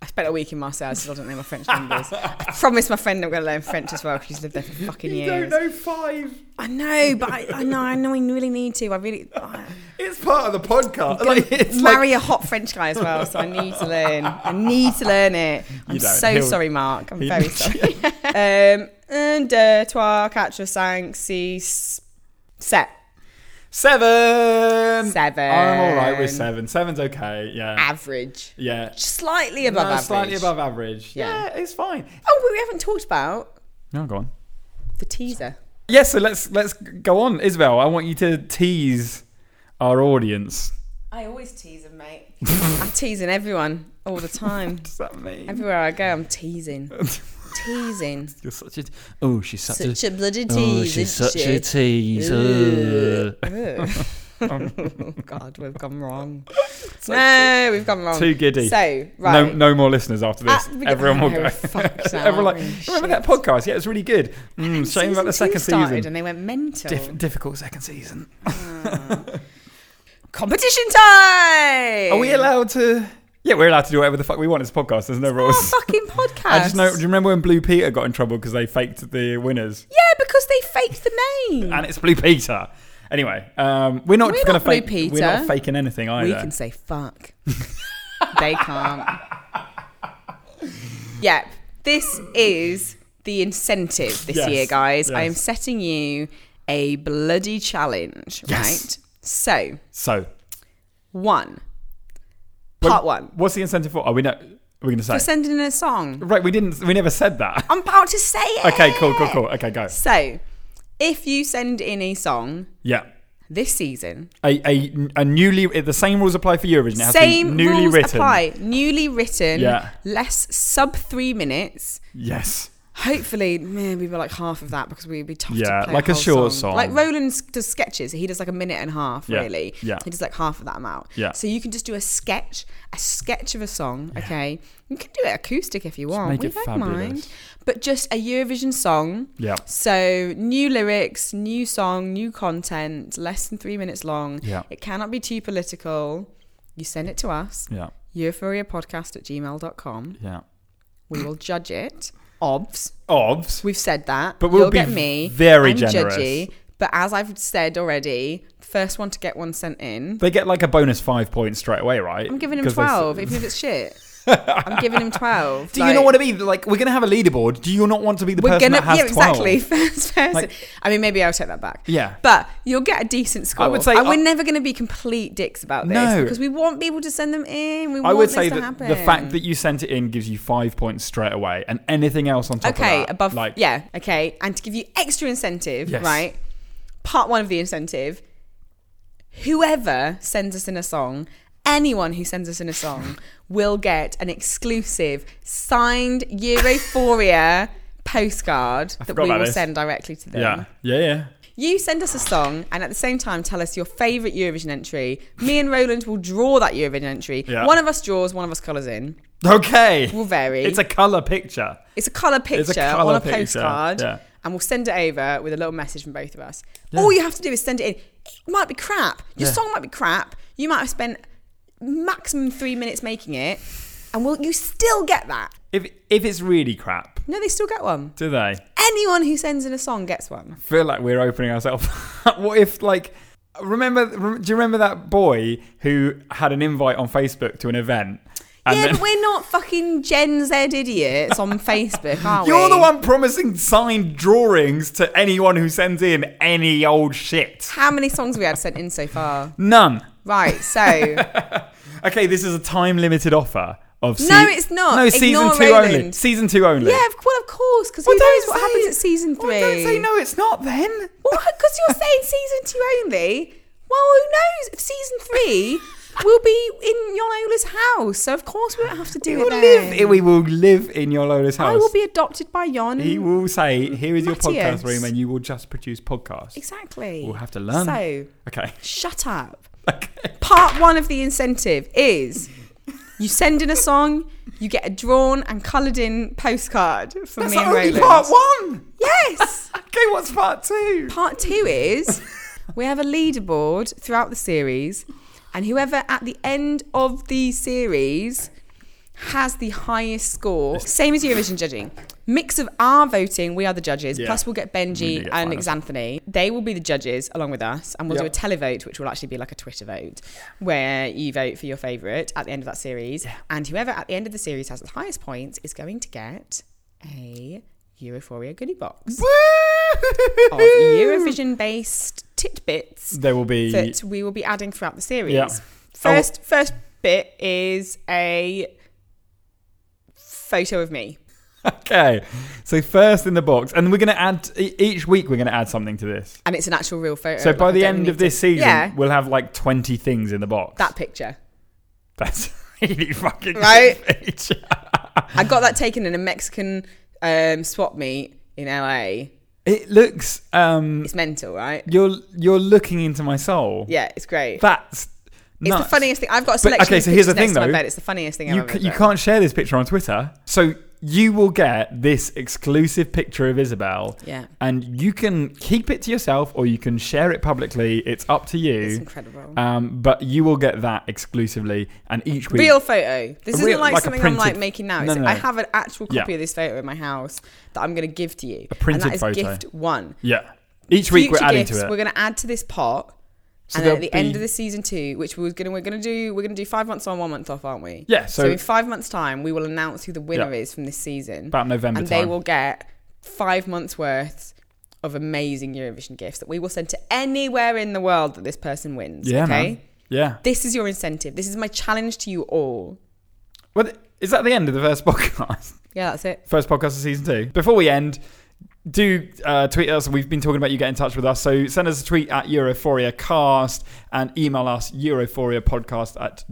Speaker 2: I spent a week in Marseille, so I don't know my French numbers. I promised my friend I'm going to learn French as well because she's lived there for fucking
Speaker 1: you
Speaker 2: years.
Speaker 1: don't know five.
Speaker 2: I know, but I, I know, I know, I really need to. I really I
Speaker 1: It's part of the podcast. Like, it's
Speaker 2: marry
Speaker 1: like,
Speaker 2: a hot French guy as well, so I need to learn. I need to learn it. I'm
Speaker 1: don't.
Speaker 2: so
Speaker 1: He'll-
Speaker 2: sorry, Mark. I'm
Speaker 1: he-
Speaker 2: very sorry. um, un, deux, trois, quatre, cinq, six, set.
Speaker 1: seven.
Speaker 2: Seven.
Speaker 1: I'm all right with seven. Seven's okay. Yeah.
Speaker 2: Average.
Speaker 1: yeah.
Speaker 2: Slightly above
Speaker 1: No,
Speaker 2: average.
Speaker 1: Slightly above average.
Speaker 2: Yeah.
Speaker 1: Yeah. it's fine.
Speaker 2: Oh, but we haven't talked about
Speaker 1: No, go on.
Speaker 2: the teaser.
Speaker 1: Yes, so let's let's go on, Isabel. I want you to tease our audience.
Speaker 2: I always tease them, mate. I'm teasing everyone all the time.
Speaker 1: What does that mean?
Speaker 2: Everywhere I go, I'm teasing. teasing.
Speaker 4: You're such a. Oh, she's such,
Speaker 2: Such
Speaker 4: a.
Speaker 2: a bloody
Speaker 4: Oh,
Speaker 2: tease.
Speaker 4: she's such a
Speaker 2: isn't she?
Speaker 4: tease. Ugh.
Speaker 2: oh, God, we've gone wrong. no, we've gone wrong.
Speaker 1: Too giddy.
Speaker 2: So, right.
Speaker 1: No, no more listeners after this.
Speaker 2: Ah, we-
Speaker 1: Everyone will
Speaker 2: oh,
Speaker 1: go.
Speaker 2: fuck's
Speaker 1: Everyone like,
Speaker 2: sake,
Speaker 1: remember that podcast? Yeah, it's really good. Mm, shame about the
Speaker 2: Season two
Speaker 1: second
Speaker 2: started
Speaker 1: season.
Speaker 2: And they went mental.
Speaker 4: Diff- difficult second season.
Speaker 2: Competition time!
Speaker 1: Are we allowed to? Yeah, we're allowed to do whatever the fuck we want. It's a podcast. There's no
Speaker 2: Our
Speaker 1: rules.
Speaker 2: fucking podcast.
Speaker 1: I just know. Do you remember when Blue Peter got in trouble because they faked the winners?
Speaker 2: Yeah, because they faked the name.
Speaker 1: And it's Blue Peter. Anyway, um, we're not
Speaker 2: We're
Speaker 1: going to
Speaker 2: not Blue
Speaker 1: fake. We're not
Speaker 2: Peter.
Speaker 1: faking anything either.
Speaker 2: we can say fuck. they can't. Yep. This is the incentive this
Speaker 1: Yes,
Speaker 2: year, guys. I am
Speaker 1: yes.
Speaker 2: setting you a bloody challenge,
Speaker 1: Yes.
Speaker 2: right? So,
Speaker 1: So
Speaker 2: one, part
Speaker 1: Wait,
Speaker 2: one.
Speaker 1: What's the incentive for? Are we not? Are we going to say?
Speaker 2: We're sending in a song.
Speaker 1: right, we didn't. We never said that.
Speaker 2: I'm about to say it.
Speaker 1: Okay, cool, cool, cool. Okay, go.
Speaker 2: So, if you send in a song
Speaker 1: Yeah.
Speaker 2: this season,
Speaker 1: A, a, a newly the same rules apply for Eurovision. It has to
Speaker 2: same
Speaker 1: be newly
Speaker 2: rules
Speaker 1: written.
Speaker 2: apply. Newly written,
Speaker 1: Yeah.
Speaker 2: less sub three minutes.
Speaker 1: Yes.
Speaker 2: Hopefully, maybe we're like half of that because we'd be tough. to
Speaker 1: Yeah,
Speaker 2: play
Speaker 1: like a
Speaker 2: whole
Speaker 1: short song.
Speaker 2: Like Roland s- does sketches. He does like a minute and a half,
Speaker 1: Yeah,
Speaker 2: really.
Speaker 1: yeah.
Speaker 2: He does like half of that amount.
Speaker 1: Yeah.
Speaker 2: So you can just do a sketch, a sketch of a song. Okay. You can do it acoustic if you want.
Speaker 1: make
Speaker 2: we
Speaker 1: it
Speaker 2: don't
Speaker 1: fabulous.
Speaker 2: mind. But just a Eurovision song.
Speaker 1: Yeah.
Speaker 2: So new lyrics, new song, new content, less than three minutes long.
Speaker 1: Yeah.
Speaker 2: It cannot be too political. You send it to us,
Speaker 1: Yeah.
Speaker 2: euphoriapodcast at gmail.com.
Speaker 1: Yeah.
Speaker 2: We will judge it. Obs.
Speaker 1: Obs.
Speaker 2: We've said that.
Speaker 1: But we'll
Speaker 2: You'll
Speaker 1: be
Speaker 2: get me.
Speaker 1: very
Speaker 2: I'm
Speaker 1: generous.
Speaker 2: judgy. But as I've said already, first one to get one sent in.
Speaker 1: They get like a bonus five points straight away, right?
Speaker 2: I'm giving him
Speaker 1: 'Cause they s-
Speaker 2: 12, even if it's shit. I'm giving him 12.
Speaker 1: Do you not want to be like we're gonna have a leaderboard? Do you not want to be the
Speaker 2: We're
Speaker 1: person
Speaker 2: gonna,
Speaker 1: that has
Speaker 2: yeah, exactly.
Speaker 1: 12?
Speaker 2: First person.
Speaker 1: Like-
Speaker 2: I mean, maybe I'll take that back.
Speaker 1: Yeah.
Speaker 2: but you'll get a decent score.
Speaker 1: I would say-
Speaker 2: and we're
Speaker 1: I-
Speaker 2: never going to be complete dicks about this
Speaker 1: No.
Speaker 2: because we want people to send them in. We
Speaker 1: I
Speaker 2: want
Speaker 1: would
Speaker 2: this
Speaker 1: say
Speaker 2: to
Speaker 1: that
Speaker 2: happen.
Speaker 1: the fact that you sent it in gives you five points straight away, and anything else on top
Speaker 2: okay
Speaker 1: of that,
Speaker 2: above
Speaker 1: like
Speaker 2: yeah okay, and to give you extra incentive,
Speaker 1: Yes.
Speaker 2: right? Part one of the incentive: whoever sends us in a song. Anyone who sends us in a song will get an exclusive signed Europhoria postcard that
Speaker 1: forgot
Speaker 2: we
Speaker 1: about
Speaker 2: will
Speaker 1: this.
Speaker 2: send directly to them.
Speaker 1: yeah, yeah, yeah.
Speaker 2: You send us a song and at the same time tell us your favourite Eurovision entry. Me and Roland will draw that Eurovision entry.
Speaker 1: Yeah.
Speaker 2: One of us draws, one of us colours in.
Speaker 1: Okay,
Speaker 2: We'll vary.
Speaker 1: It's a color picture.
Speaker 2: It's a colour picture
Speaker 1: colour
Speaker 2: on a
Speaker 1: picture,
Speaker 2: postcard.
Speaker 1: yeah.
Speaker 2: And we'll send it over with a little message from both of us. All you have to do is send it in. It might be crap. Your
Speaker 1: Yeah.
Speaker 2: song might be crap. You might have spent maximum three minutes making it. And will you still get that?
Speaker 1: If if it's really crap,
Speaker 2: No, they still get one.
Speaker 1: do they?
Speaker 2: Anyone who sends in a song gets one.
Speaker 1: feel like we're opening ourselves. up. what if like remember? rem- Do you remember that boy who had an invite on Facebook to an event? And
Speaker 2: yeah,
Speaker 1: then-
Speaker 2: but we're not fucking Gen Z idiots on Facebook, are we?
Speaker 1: you're the one promising signed drawings to anyone who sends in any old shit.
Speaker 2: How many songs we had sent in so far?
Speaker 1: None.
Speaker 2: Right, so
Speaker 1: Okay, this is a time limited offer of
Speaker 2: No, it's not.
Speaker 1: No, season
Speaker 2: Ignore
Speaker 1: two only.
Speaker 2: Roland.
Speaker 1: Season two only.
Speaker 2: yeah, of, well, of course, because who
Speaker 1: Well, don't
Speaker 2: knows what
Speaker 1: say-
Speaker 2: happens at season
Speaker 1: well,
Speaker 2: three?
Speaker 1: don't say no. It's not then.
Speaker 2: Because you're saying season two only. Well, who knows? If season three, we'll be in Yonola's house, so of course we won't have to do
Speaker 1: We
Speaker 2: it
Speaker 1: will
Speaker 2: then.
Speaker 1: live. We will live in your Lola's house.
Speaker 2: I will be adopted by Yon.
Speaker 1: He will say, "Here is your
Speaker 2: Matthias.
Speaker 1: podcast room, and you will just produce podcasts."
Speaker 2: exactly.
Speaker 1: We'll have to learn.
Speaker 2: So
Speaker 1: Okay.
Speaker 2: shut up.
Speaker 1: Okay.
Speaker 2: part one of the incentive is you send in a song, you get a drawn and coloured in postcard from
Speaker 1: That's
Speaker 2: me and
Speaker 1: only
Speaker 2: Roland.
Speaker 1: part one.
Speaker 2: Yes.
Speaker 1: Okay, what's part two?
Speaker 2: part two is we have a leaderboard throughout the series, and whoever at the end of the series has the highest score, same as Eurovision judging. Mix of our voting, we are the judges,
Speaker 1: Yeah.
Speaker 2: plus we'll get
Speaker 1: We
Speaker 2: Benji
Speaker 1: do get
Speaker 2: and
Speaker 1: finals.
Speaker 2: Xanthony. They will be the judges along with us, and we'll
Speaker 1: Yep.
Speaker 2: do a televote, which will actually be like a Twitter vote, where you vote for your favourite at the end of that series. And whoever at the end of the series has the highest points is going to get a Euphoria goodie box of Eurovision based tidbits
Speaker 1: There will be.
Speaker 2: that we will be adding throughout the series.
Speaker 1: Yeah. Oh.
Speaker 2: First first bit is a photo of me.
Speaker 1: Okay. So first in the box, and we're going to add e- each week. We're going to add something to this.
Speaker 2: And it's an actual real photo.
Speaker 1: So
Speaker 2: like,
Speaker 1: by
Speaker 2: I
Speaker 1: the
Speaker 2: don't
Speaker 1: end
Speaker 2: need
Speaker 1: of this
Speaker 2: to-
Speaker 1: season,
Speaker 2: Yeah.
Speaker 1: we'll have like twenty things in the box.
Speaker 2: That picture.
Speaker 1: That's really fucking
Speaker 2: Right?
Speaker 1: huge.
Speaker 2: I got that taken in a Mexican um, swap meet in LA.
Speaker 1: It looks. Um,
Speaker 2: It's mental, right?
Speaker 1: you're you're looking into my soul.
Speaker 2: Yeah, it's great.
Speaker 1: That's.
Speaker 2: it's the
Speaker 1: nuts.
Speaker 2: funniest thing. I've got a
Speaker 1: But-
Speaker 2: selection
Speaker 1: okay,
Speaker 2: of
Speaker 1: so here's the
Speaker 2: pictures next
Speaker 1: thing,
Speaker 2: to my
Speaker 1: though.
Speaker 2: bed. It's the funniest thing I've
Speaker 1: You, c-
Speaker 2: ever
Speaker 1: you
Speaker 2: done.
Speaker 1: can't share this picture on Twitter. So you will get this exclusive picture of Isabel.
Speaker 2: Yeah.
Speaker 1: And you can keep it to yourself or you can share it publicly. It's up to you.
Speaker 2: It's incredible.
Speaker 1: Um, but you will get that exclusively. And each week.
Speaker 2: real photo. This
Speaker 1: real-
Speaker 2: isn't like,
Speaker 1: like a
Speaker 2: something
Speaker 1: printed-
Speaker 2: I'm like making now.
Speaker 1: No,
Speaker 2: It's-
Speaker 1: no,
Speaker 2: I
Speaker 1: no.
Speaker 2: have an actual
Speaker 1: Yeah.
Speaker 2: copy of this photo in my house that I'm going to give to you. A
Speaker 1: printed
Speaker 2: and that is
Speaker 1: photo.
Speaker 2: gift one.
Speaker 1: Yeah. Each week
Speaker 2: Future
Speaker 1: we're adding
Speaker 2: gifts,
Speaker 1: to it.
Speaker 2: We're going to add to this pot.
Speaker 1: So
Speaker 2: and then at
Speaker 1: there'll
Speaker 2: the end
Speaker 1: be-
Speaker 2: of the season two, which we're gonna we're gonna do we're gonna do five months on, one month off, aren't we?
Speaker 1: Yeah, so-
Speaker 2: in five months' time, we will announce who the winner
Speaker 1: Yeah.
Speaker 2: is from this season.
Speaker 1: About November
Speaker 2: and they
Speaker 1: time.
Speaker 2: will get five months worth of amazing Eurovision gifts that we will send to anywhere in the world that this person wins.
Speaker 1: yeah,
Speaker 2: okay.
Speaker 1: man. Yeah.
Speaker 2: This is your incentive. This is my challenge to you all.
Speaker 1: Well, th- is that the end of the first podcast?
Speaker 2: Yeah, that's it.
Speaker 1: First podcast of season two. Before we end, do uh, tweet us. We've been talking about you get in touch with us. So send us a tweet at EurophoriaCast and email us euphoriapodcast at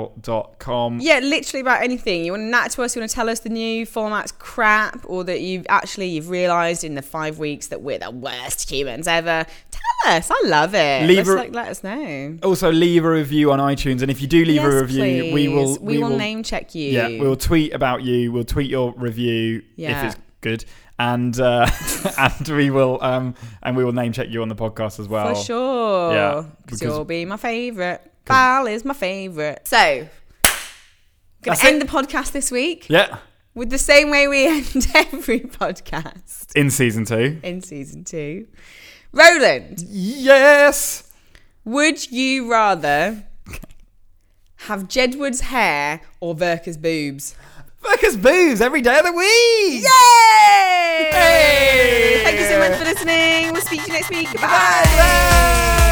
Speaker 1: gmail.com.
Speaker 2: Yeah, literally about anything. You want to nat to us, you want to tell us the new format's crap, or that you've actually you've realised in the five weeks that we're the worst humans ever. Tell us. I love it.
Speaker 1: Leave
Speaker 2: Let's,
Speaker 1: a-
Speaker 2: like, let us know.
Speaker 1: Also, leave a review on iTunes. And if you do leave a
Speaker 2: Yes,
Speaker 1: review,
Speaker 2: please.
Speaker 1: we will.
Speaker 2: we, will, name check you.
Speaker 1: Yeah, we'll tweet about you. We'll tweet your review
Speaker 2: Yeah.
Speaker 1: if it's good. And uh, and we will um and we will name check you on the podcast as well.
Speaker 2: for sure.
Speaker 1: Oh. yeah,
Speaker 2: because
Speaker 1: because-
Speaker 2: you'll be my favourite. Val is my favourite. So, gonna
Speaker 1: That's
Speaker 2: end
Speaker 1: it.
Speaker 2: the podcast this week
Speaker 1: Yeah,
Speaker 2: with the same way we end every podcast
Speaker 1: in season two.
Speaker 2: in season two. Roland.
Speaker 1: Yes.
Speaker 2: Would you rather have Jedward's hair or Verka's boobs?
Speaker 1: Fuckers booze every day of the week.
Speaker 2: Yay! Thank you so much for listening. We'll speak to you next week. Goodbye.
Speaker 1: Bye.